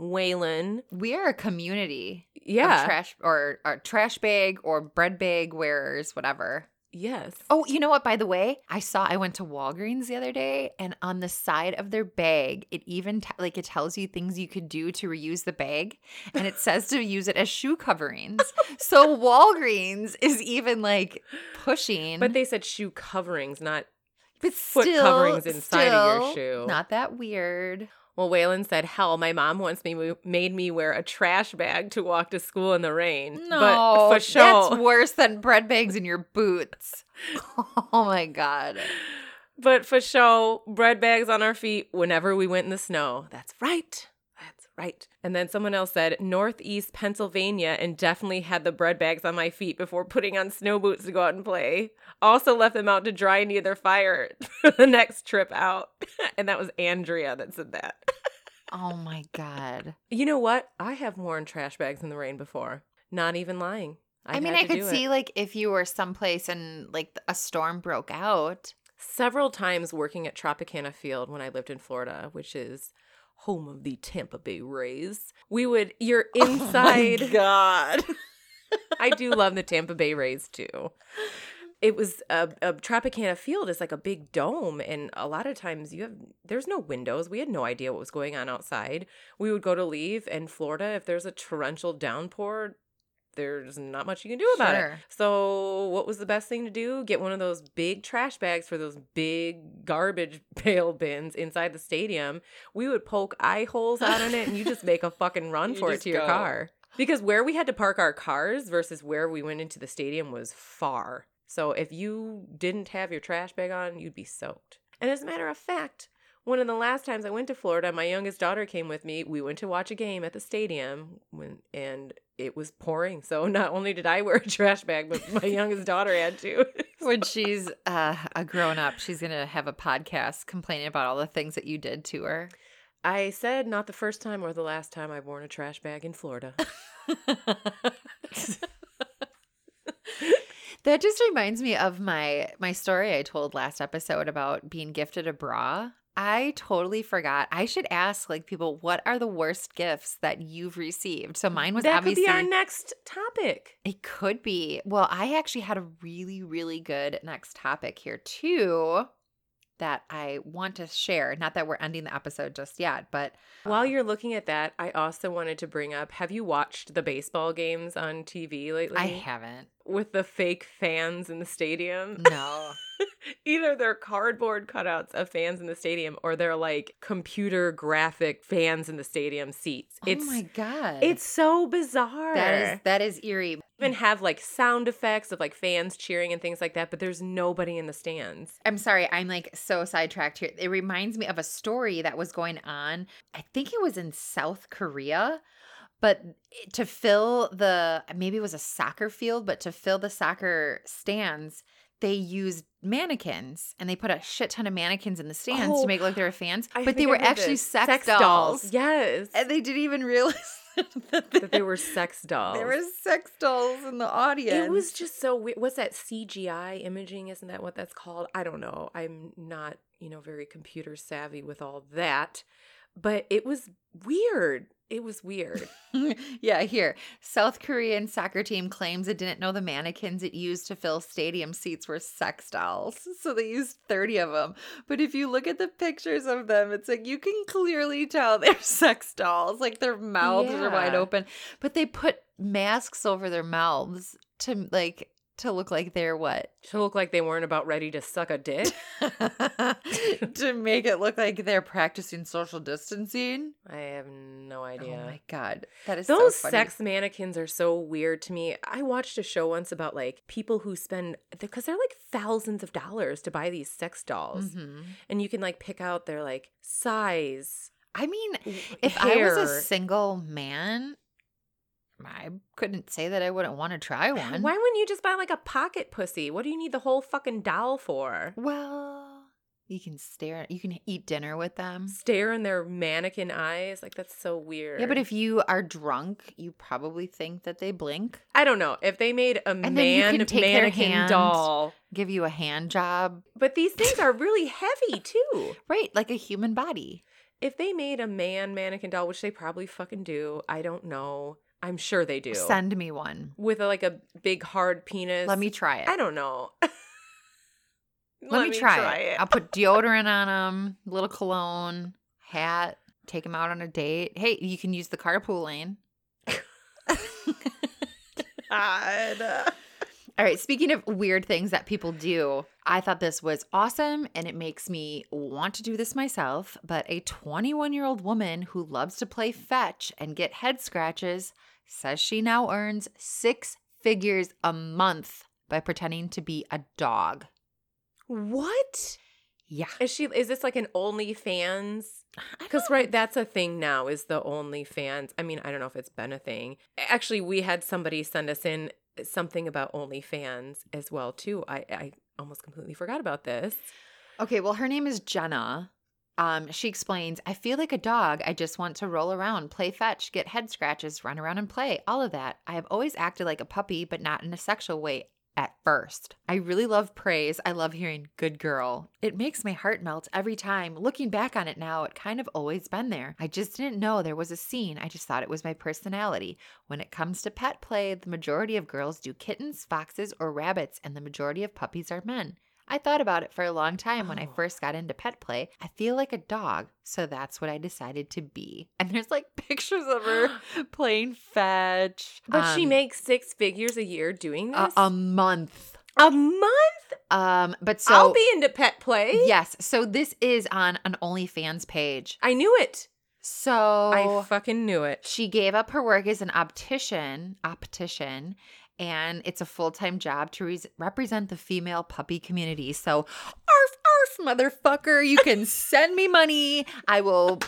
Waylon. we are a community Yeah. of trash or, or trash bag or bread bag wearers, whatever. yes. Oh, you know what? By the way, I saw I went to Walgreens the other day, and on the side of their bag, it even t- like it tells you things you could do to reuse the bag, and it says to use it as shoe coverings. so Walgreens is even like pushing, But they said shoe coverings, not but foot still- coverings inside of your still shoe. Not that weird. Well, Waylon said, "Hell, my mom once me made me wear a trash bag to walk to school in the rain." No, but for sure. that's worse than bread bags in your boots. oh my god. but for show, bread bags on our feet whenever we went in the snow. That's right. That's right. And then someone else said Northeast Pennsylvania and definitely had the bread bags on my feet before putting on snow boots to go out and play. Also left them out to dry near their fire for the next trip out. and that was Andrea that said that. Oh my god. You know what? I have worn trash bags in the rain before. Not even lying. I, mean, had I to could do it. see like if you were someplace and like a storm broke out. several times working at Tropicana Field when I lived in Florida, which is home of the Tampa Bay Rays. We would you're inside. Oh God. I do love the Tampa Bay Rays too. It was a, a Tropicana Field is like a big dome, and a lot of times you have there's no windows. We had no idea what was going on outside. We would go to leave, and Florida, if there's a torrential downpour, there's not much you can do about it. Sure. So, what was the best thing to do? Get one of those big trash bags for those big garbage pail bins inside the stadium. We would poke eye holes out in it, and you just make a fucking run You for it just to your go. car. Because where we had to park our cars versus where we went into the stadium was far. So, if you didn't have your trash bag on, you'd be soaked. And as a matter of fact, one of the last times I went to Florida, my youngest daughter came with me. We went to watch a game at the stadium when and it was pouring. So not only did I wear a trash bag, but my youngest daughter had to. When she's uh, a grown up, she's going to have a podcast complaining about all the things that you did to her. I said not the first time or the last time I've worn a trash bag in Florida. That just reminds me of my my story I told last episode about being gifted a bra. I totally forgot. I should ask like people what are the worst gifts that you've received. So mine was that could obviously be our next topic. It could be. Well, I actually had a really, really good next topic here, too, that I want to share. Not that we're ending the episode just yet, but While you're looking at that, I also wanted to bring up have you watched the baseball games on TV lately? I haven't. Mm. With the fake fans in the stadium? No. Either they're cardboard cutouts of fans in the stadium or they're like computer graphic fans in the stadium seats. Oh It's my god. it's so bizarre. that is that is eerie. even have like sound effects of like fans cheering and things like that, but there's nobody in the stands. I'm sorry, I'm like so sidetracked here. It reminds me of a story that was going on. I think it was in South Korea, but to fill the maybe it was a soccer field, but to fill the soccer stands, they used mannequins and they put a shit ton of mannequins in the stands Oh, to make it look they were fans, I but they think I were heard actually this. sex, dolls. Yes. And they didn't even realize that that they they were were sex dolls. there were sex dolls in the audience. It was just so weird. What's that CGI imaging? Isn't that what that's called? I don't know. I'm not, you know, very computer savvy with all that, but it was weird. It was weird. yeah, here. South Korean soccer team claims it didn't know the mannequins it used to fill stadium seats were sex dolls. So they used 30 of them. But if you look at the pictures of them, it's like you can clearly tell they're sex dolls. Like their mouths are wide Yeah. open. But they put masks over their mouths to like to look like they're what? to look like they weren't about ready to suck a dick. to make it look like they're practicing social distancing. I have no idea. Oh my god. That is Those so funny. sex mannequins are so weird to me. I watched a show once about like people who spend because they're like thousands of dollars to buy these sex dolls, Mhm. and you can like pick out their like size. I mean, w- If I was a hair. single man, I couldn't say that I wouldn't want to try one. Why wouldn't you just buy like a pocket pussy? What do you need the whole fucking doll for? Well, you can stare. You can eat dinner with them. Stare in their mannequin eyes? Like that's so weird. Mm. Yeah, but if you are drunk, you probably think that they blink, I don't know, if they made a then you man can take their mannequin hand. doll. give you a hand job, But these things are really heavy too. right? Like a human body. If they made a man mannequin doll, which they probably fucking do, I don't know. I'm sure they do. Send me one. With a, like a big hard penis. Let me try it. I don't know. Let, me, try, it. I'll put deodorant on them, little cologne, hat. Take them out on a date. Hey, you can use the carpool lane. God. All right, speaking of weird things that people do, I thought this was awesome and it makes me want to do this myself. But a 21 year old woman who loves to play fetch and get head scratches says she now earns six figures a month by pretending to be a dog. What? Yeah. Is she is this like an OnlyFans? Because right, that's a thing now. Is the OnlyFans? I mean, I don't know if it's been a thing. Actually, we had somebody send us in something about OnlyFans as well too. I I almost completely forgot about this. Okay, well, her name is Jenna. Um, she explains, I feel like a dog. I just want to roll around, play fetch, get head scratches, run around and play, all of that. I have always acted like a puppy, but not in a sexual way at first. I really love praise. I love hearing good girl. It makes my heart melt every time. Looking back on it now, it kind of always been there. I just didn't know there was a scene. I just thought it was my personality. When it comes to pet play, the majority of girls do kittens, foxes, or rabbits, and the majority of puppies are men. I thought about it for a long time when I Oh. first got into pet play. I feel like a dog, so that's what I decided to be. And there's like pictures of her playing fetch. But she um, makes six figures a year doing a, this. a month. a month. Um, but so I'll be into pet play. yes, so this is on an OnlyFans page. I knew it. So I fucking knew it. She gave up her work as an optician, optician, and it's a full time job to re- represent the female puppy community. So, arf, arf, motherfucker, you can send me money. I will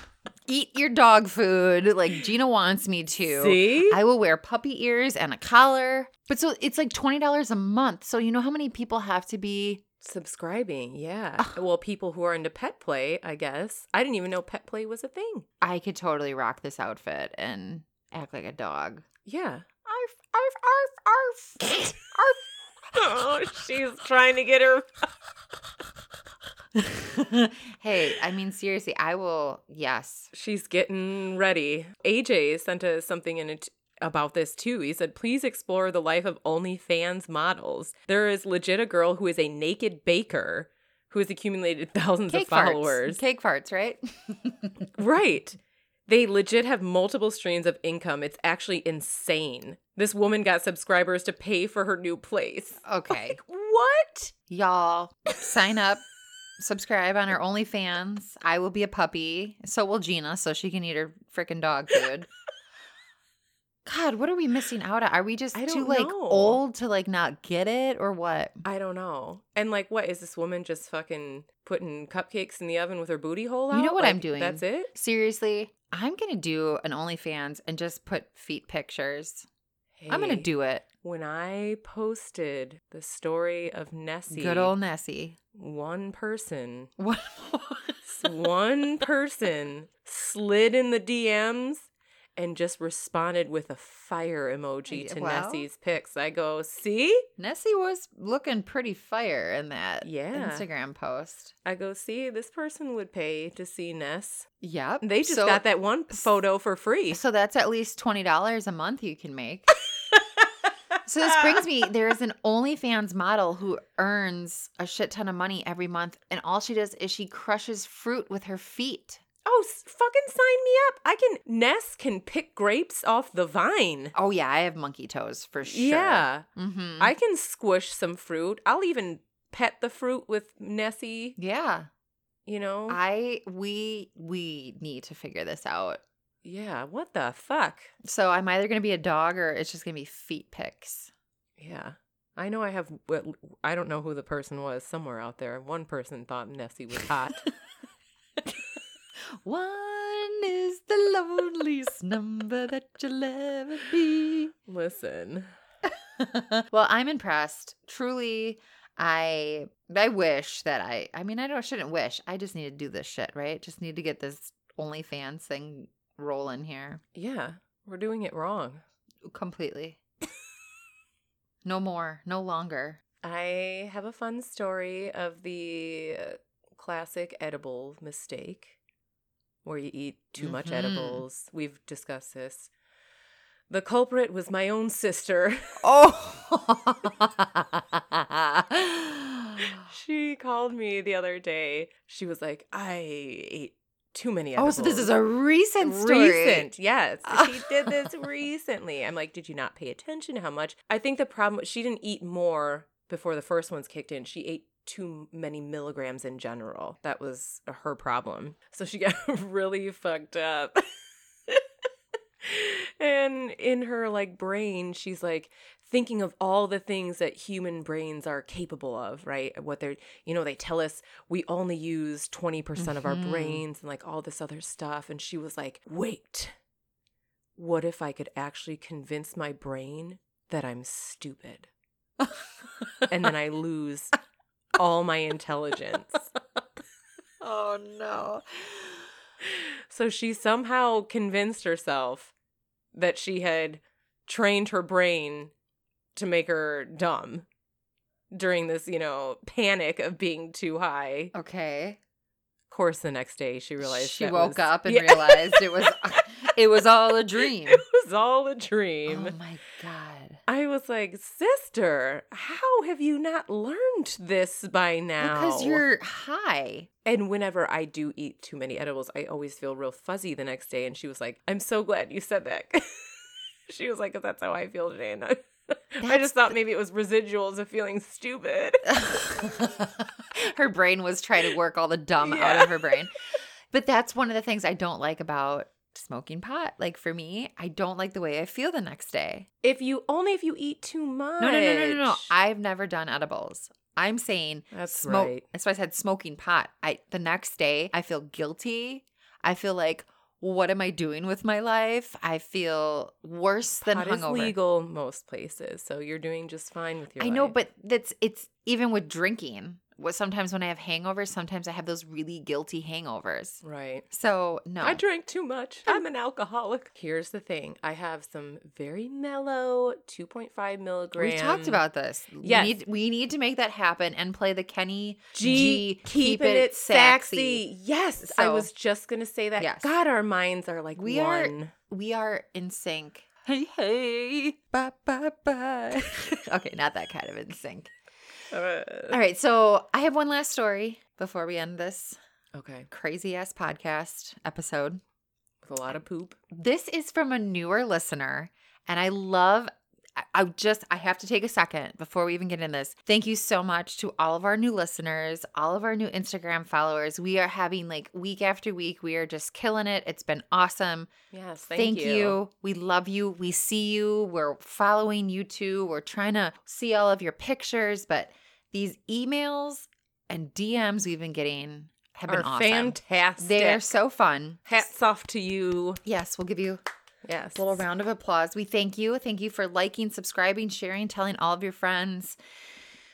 eat your dog food like Gina wants me to. See, I will wear puppy ears and a collar. But so it's like $20 a month. So, you know how many people have to be subscribing. Yeah. Well, people who are into pet play, I guess. I didn't even know pet play was a thing. I could totally rock this outfit and act like a dog. Yeah. Arf, arf, arf, arf. arf. oh, she's trying to get her. hey, I mean, seriously, I will. Yes. She's getting ready. AJ sent us something in it about this too. He said, "Please explore the life of OnlyFans models. There is legit a girl who is a naked baker." Who has accumulated thousands Cake of followers. farts. Cake farts, right? Right. They legit have multiple streams of income. It's actually insane. This woman got subscribers to pay for her new place. okay. What? What? Y'all, sign up, subscribe on our OnlyFans. I will be a puppy. So will Gina, so she can eat her freaking dog food. God, what are we missing out on? Are we just I too don't like know. old to like not get it or what? I don't know. And like, what is this woman just fucking putting cupcakes in the oven with her booty hole out? You know what I'm Like, doing. That's it. Seriously, I'm gonna do an OnlyFans and just put feet pictures. I'm gonna Hey, do it. When I posted the story of Nessie, Good old Nessie. one person, What? one person slid in the DMs and just responded with a fire emoji Yeah, to well. Nessie's pics. I go, see? Nessie was looking pretty fire in that Yeah. Instagram post. I go, see, this person would pay to see Ness. Yep. They just So- got that one photo for free. So that's at least twenty dollars a month you can make. so this brings me there is an OnlyFans model who earns a shit ton of money every month, and all she does is she crushes fruit with her feet. Oh, s- fucking sign me up. I can, Ness can pick grapes off the vine. Oh yeah, I have monkey toes for sure. Yeah. Mm-hmm. I can squish some fruit. I'll even pet the fruit with Nessie, yeah. you know? I we we need to figure this out. yeah, what the fuck? So I'm either gonna be a dog or it's just gonna be feet pics. Yeah. I know I have, well, I don't know who the person was somewhere out there. One person thought Nessie was hot. One is the loneliest number that you'll ever be. Listen. well, I'm impressed. Truly, I I wish that I I mean I don't shouldn't wish. I just need to do this shit, right? Just need to get this OnlyFans thing rolling here Yeah, we're doing it wrong. completely. no more, no longer. I have a fun story of the uh, classic edible mistake where you eat too much Mhm. edibles. We've discussed this. The culprit was my own sister. Oh. she called me the other day. She was like, I ate too many oh, edibles. so this is a recent story. Recent, yes. She did this recently. I'm like, did you not pay attention to how much? I think the problem was she didn't eat more before the first ones kicked in. She ate too many milligrams in general. That was her problem. So she got really fucked up. and in her like brain, she's like thinking of all the things that human brains are capable of, right? What they're, you know, they tell us we only use 20% percent of our Mhm. brains and like all this other stuff. And she was like, wait, what if I could actually convince my brain that I'm stupid? and then I lose all my intelligence. Oh no. So she somehow convinced herself that she had trained her brain to make her dumb during this, you know, panic of being too high. Of Okay. course, the next day she realized she that woke was- up and Yeah, realized it was it was all a dream. it was all a dream. Oh my god. I was like, sister, how have you not learned this by now? Because you're high. And whenever I do eat too many edibles, I always feel real fuzzy the next day. And she was like, I'm so glad you said that. she was like, "'Cause that's how I feel today. And I, I That's just thought maybe it was residuals of feeling stupid. her brain was trying to work all the dumb out Yeah. of her brain. But that's one of the things I don't like about smoking pot. Like for me, I don't like the way I feel the next day. If you only if you eat too much. No, no, no, no, no, no. I've never done edibles. I'm saying That's smoke. right. That's why I said smoking pot. I the next day I feel guilty. I feel like what am I doing with my life? I feel worse than Pot is hungover. legal most places, so you're doing just fine with your. I know, life. but that's it's even with drinking. What sometimes when I have hangovers, sometimes I have those really guilty hangovers. right. So no, I drank too much. I'm an alcoholic. Here's the thing I have some very mellow 2.5 milligram. we've talked about this. Yes. we need, we need to make that happen and play the Kenny G, G, keeping it, sexy. Yes, I So- was just gonna say that. Yes. God, our minds are like We are- one. We are in sync. Hey hey, bye bye bye. okay, not that kind of in sync. All right, so I have one last story before we end this okay, crazy ass podcast episode. with a lot of poop. This is from a newer listener, and I love I- I just I have to take a second before we even get in this. Thank you so much to all of our new listeners, all of our new Instagram followers. We are having like week after week, we are just killing it. It's been awesome. Yes, Thank, you. We love you. We see you. We're following you too. We're trying to see all of your pictures, but these emails and DMs we've been getting have been Are awesome. fantastic. They are so fun. Hats off to you. Yes, we'll give you Yes. little round of applause. We thank you. Thank you for liking, subscribing, sharing, telling all of your friends.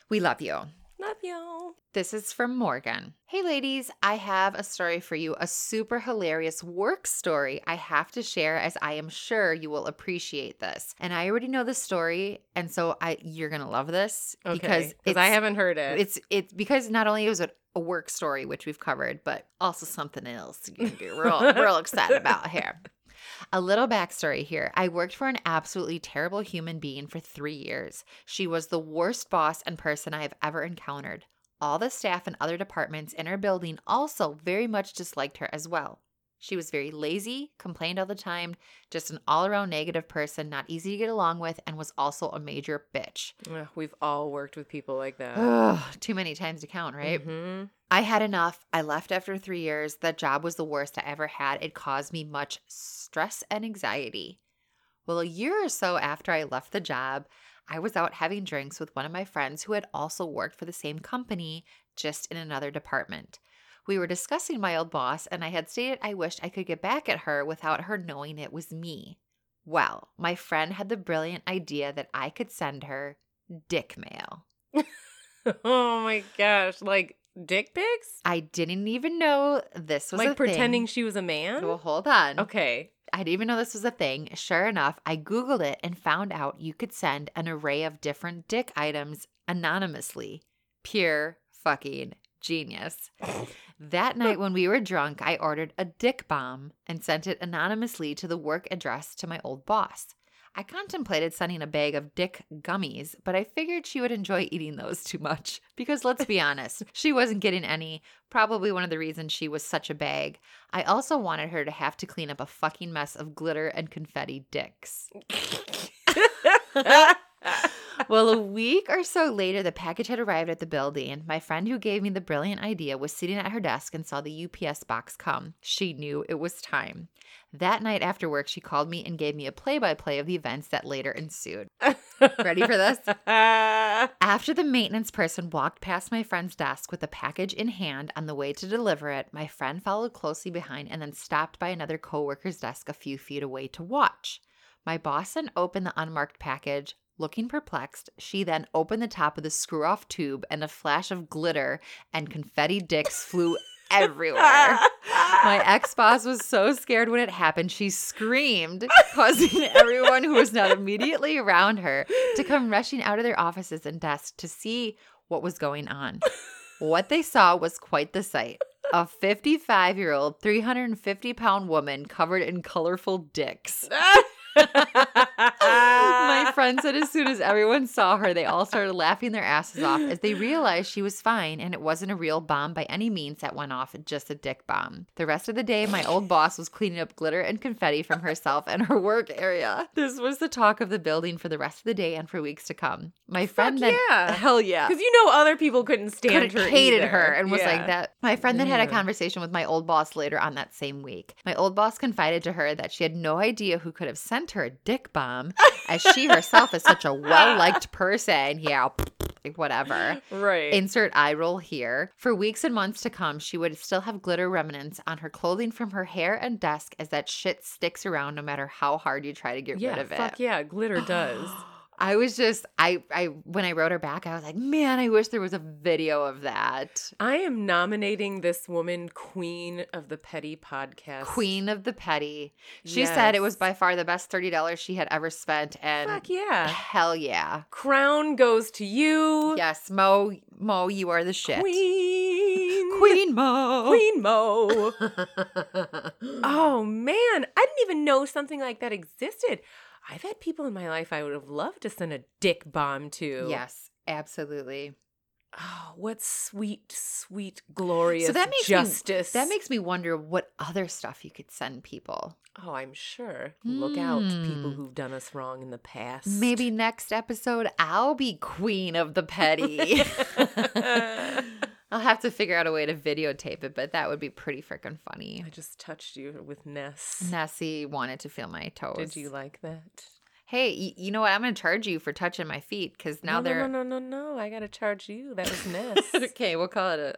We love you. Love you. This is from Morgan. Hey, ladies, I have a story for you, a super hilarious work story I have to share as I am sure you will appreciate this. And I already know the story, and so I you're gonna love this Okay. because it's, I haven't heard it. it's it's because not only is it a work story which we've covered, but also something else you're gonna be real real excited about here. A little backstory here. I worked for an absolutely terrible human being for three years. She was the worst boss and person I have ever encountered. All the staff and other departments in her building also very much disliked her as well. She was very lazy, complained all the time, just an all around negative person, not easy to get along with, and was also a major bitch. Ugh, we've all worked with people like that. Ugh, too many times to count, Oh, right? Mhm. I had enough. I left after three years. That job was the worst I ever had. It caused me much stress and anxiety. Well, a year or so after I left the job, I was out having drinks with one of my friends who had also worked for the same company, just in another department. We were discussing my old boss, and I had stated I wished I could get back at her without her knowing it was me. Well, my friend had the brilliant idea that I could send her dick mail. oh my gosh. Like dick pics? I didn't even know this was a Like pretending Thing. she was a man? Well, hold on. Mm-hmm. Okay. I didn't even know this was a thing. Sure enough, I Googled it and found out you could send an array of different dick items anonymously. Pure fucking genius. that night when we were drunk, I ordered a dick bomb and sent it anonymously to the work address to my old boss. I contemplated sending a bag of dick gummies, but I figured she would enjoy eating those too much. Because let's be honest, she wasn't getting any, probably one of the reasons she was such a bag. I also wanted her to have to clean up a fucking mess of glitter and confetti dicks. well, a week or so later, the package had arrived at the building. My friend who gave me the brilliant idea was sitting at her desk and saw the UPS box come. She knew it was time. That night after work, she called me and gave me a play by play of the events that later ensued. Ready for this? After the maintenance person walked past my friend's desk with the package in hand on the way to deliver it, my friend followed closely behind and then stopped by another coworker's desk a few feet away to watch. My boss then opened the unmarked package. Looking perplexed, she then opened the top of the screw off tube and a flash of glitter and confetti dicks flew everywhere. My ex boss was so scared when it happened, she screamed, causing everyone who was not immediately around her to come rushing out of their offices and desks to see what was going on. What they saw was quite the sight a 55 year old, 350 pound woman covered in colorful dicks. My friend said as soon as everyone saw her, they all started laughing their asses off as they realized she was fine and it wasn't a real bomb by any means that went off, just a dick bomb. The rest of the day, my old boss was cleaning up glitter and confetti from herself and her work area. This was the talk of the building for the rest of the day and for weeks to come. My friend then. yeah. Hell yeah Because you know other people couldn't stand couldn't- her. hated either. her and was like Yeah. that. My friend then had a Mm. conversation with my old boss later on that same week. My old boss confided to her that she had no idea who could have sent her a dick bomb, as she herself is such a well liked person. Yeah, whatever. Right. Insert eye roll here. For weeks and months to come, she would still have glitter remnants on her clothing from her hair and desk, as that shit sticks around no matter how hard you try to get yeah, rid of it. fuck yeah, glitter does. I was just I I when I wrote her back, I was like, man, I wish there was a video of that. I am nominating this woman queen of the petty podcast. Queen of the Petty. She said it was Yes. by far the best $30 she had ever spent and uh, Fuck yeah. hell yeah. Crown goes to you. Yes, Mo Mo, you are the shit. oh. Queen. Queen Mo. Queen Mo. oh man, I didn't even know something like that existed. I've had people in my life I would have loved to send a dick bomb to. Yes, absolutely. Oh, what sweet, sweet, glorious So that makes me- justice. That makes me wonder what other stuff you could send people. Oh, I'm sure. Look out, people Hmm. who've done us wrong in the past. Maybe next episode I'll be queen of the petty. I'll have to figure out a way to videotape it, but that would be pretty freaking funny. I just touched you with Ness. Nessie wanted to feel my toes. Did you like that? Hey, y- you know what? I'm gonna charge you for touching my feet because now no, they're no, no, no, no, no. I gotta charge you. That was Ness. okay. We'll call it a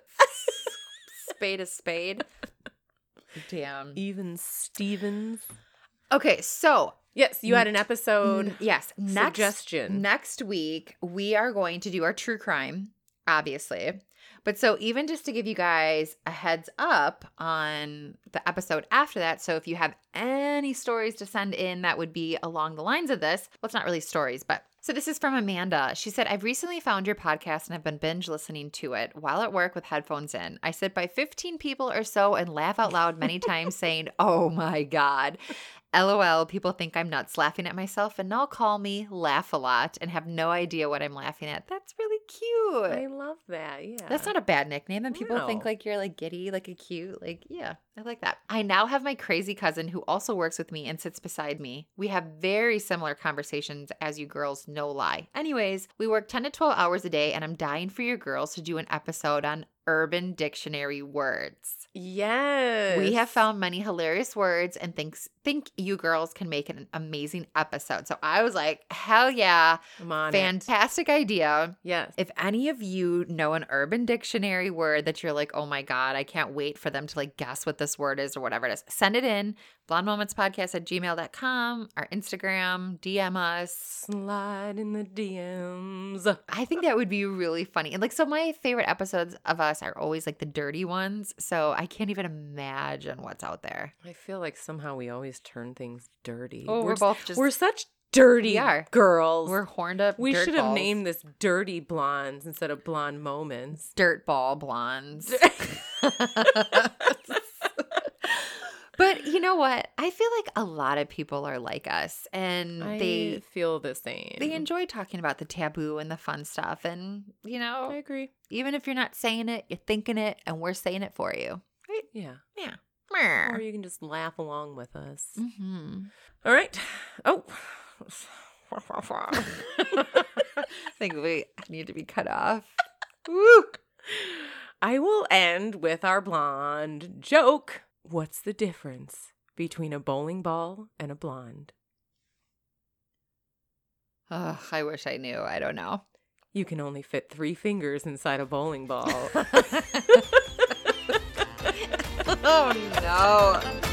spade a spade. Damn. Even Stevens. Okay, so Yes, you had an episode Mm, yes, next suggestion. next week we are going to do our true crime, obviously. But so even just to give you guys a heads up on the episode after that, so if you have any stories to send in that would be along the lines of this, well it's not really stories, but so this is from Amanda. She said, I've recently found your podcast and I've been binge listening to it while at work with headphones in. I sit by 15 people or so and laugh out loud many times saying, Oh my God. LOL, people think I'm nuts laughing at myself and now call me laugh a lot and have no idea what I'm laughing at. That's really cute. I love that. Yeah. That's not a bad nickname. And people think No. like you're like giddy, like a cute, like, yeah, I like that. I now have my crazy cousin who also works with me and sits beside me. We have very similar conversations as you girls, no lie. Anyways, we work 10 to 12 hours a day, and I'm dying for your girls to do an episode on urban dictionary words. Yes. We have found many hilarious words and thinks think you girls can make an amazing episode. So I was like, hell yeah, I'm on it. fantastic idea. Yes. If any of you know an urban dictionary word that you're like, oh my God, I can't wait for them to like guess what this word is or whatever it is, send it in. Blonde Moments Podcast at gmail.com, our Instagram, DM us. Slide in the DMs. I think that would be really funny. And like, so my favorite episodes of us are always like the dirty ones. So I can't even imagine what's out there. I feel like somehow we always turn things dirty. Oh, we're, we're, both just we're such dirty We are. girls. We're horned up. we dirt should have balls. named this Dirty Blondes instead of Blonde Moments. dirt ball blondes. but you know what? I feel like a lot of people are like us, and I Mm, they feel the same. they enjoy talking about the taboo and the fun stuff. And you I know, agree. even if you're not saying it, you're thinking it, and we're saying it for you. Yeah. Or Meh. you can just laugh along with us. Mhm. All right. Oh. I think we need to be cut off. Woo. I will end with our blonde joke. What's the difference between a bowling ball and a blonde? Ugh, I wish I knew. I don't know. You can only fit three fingers inside a bowling ball. oh no.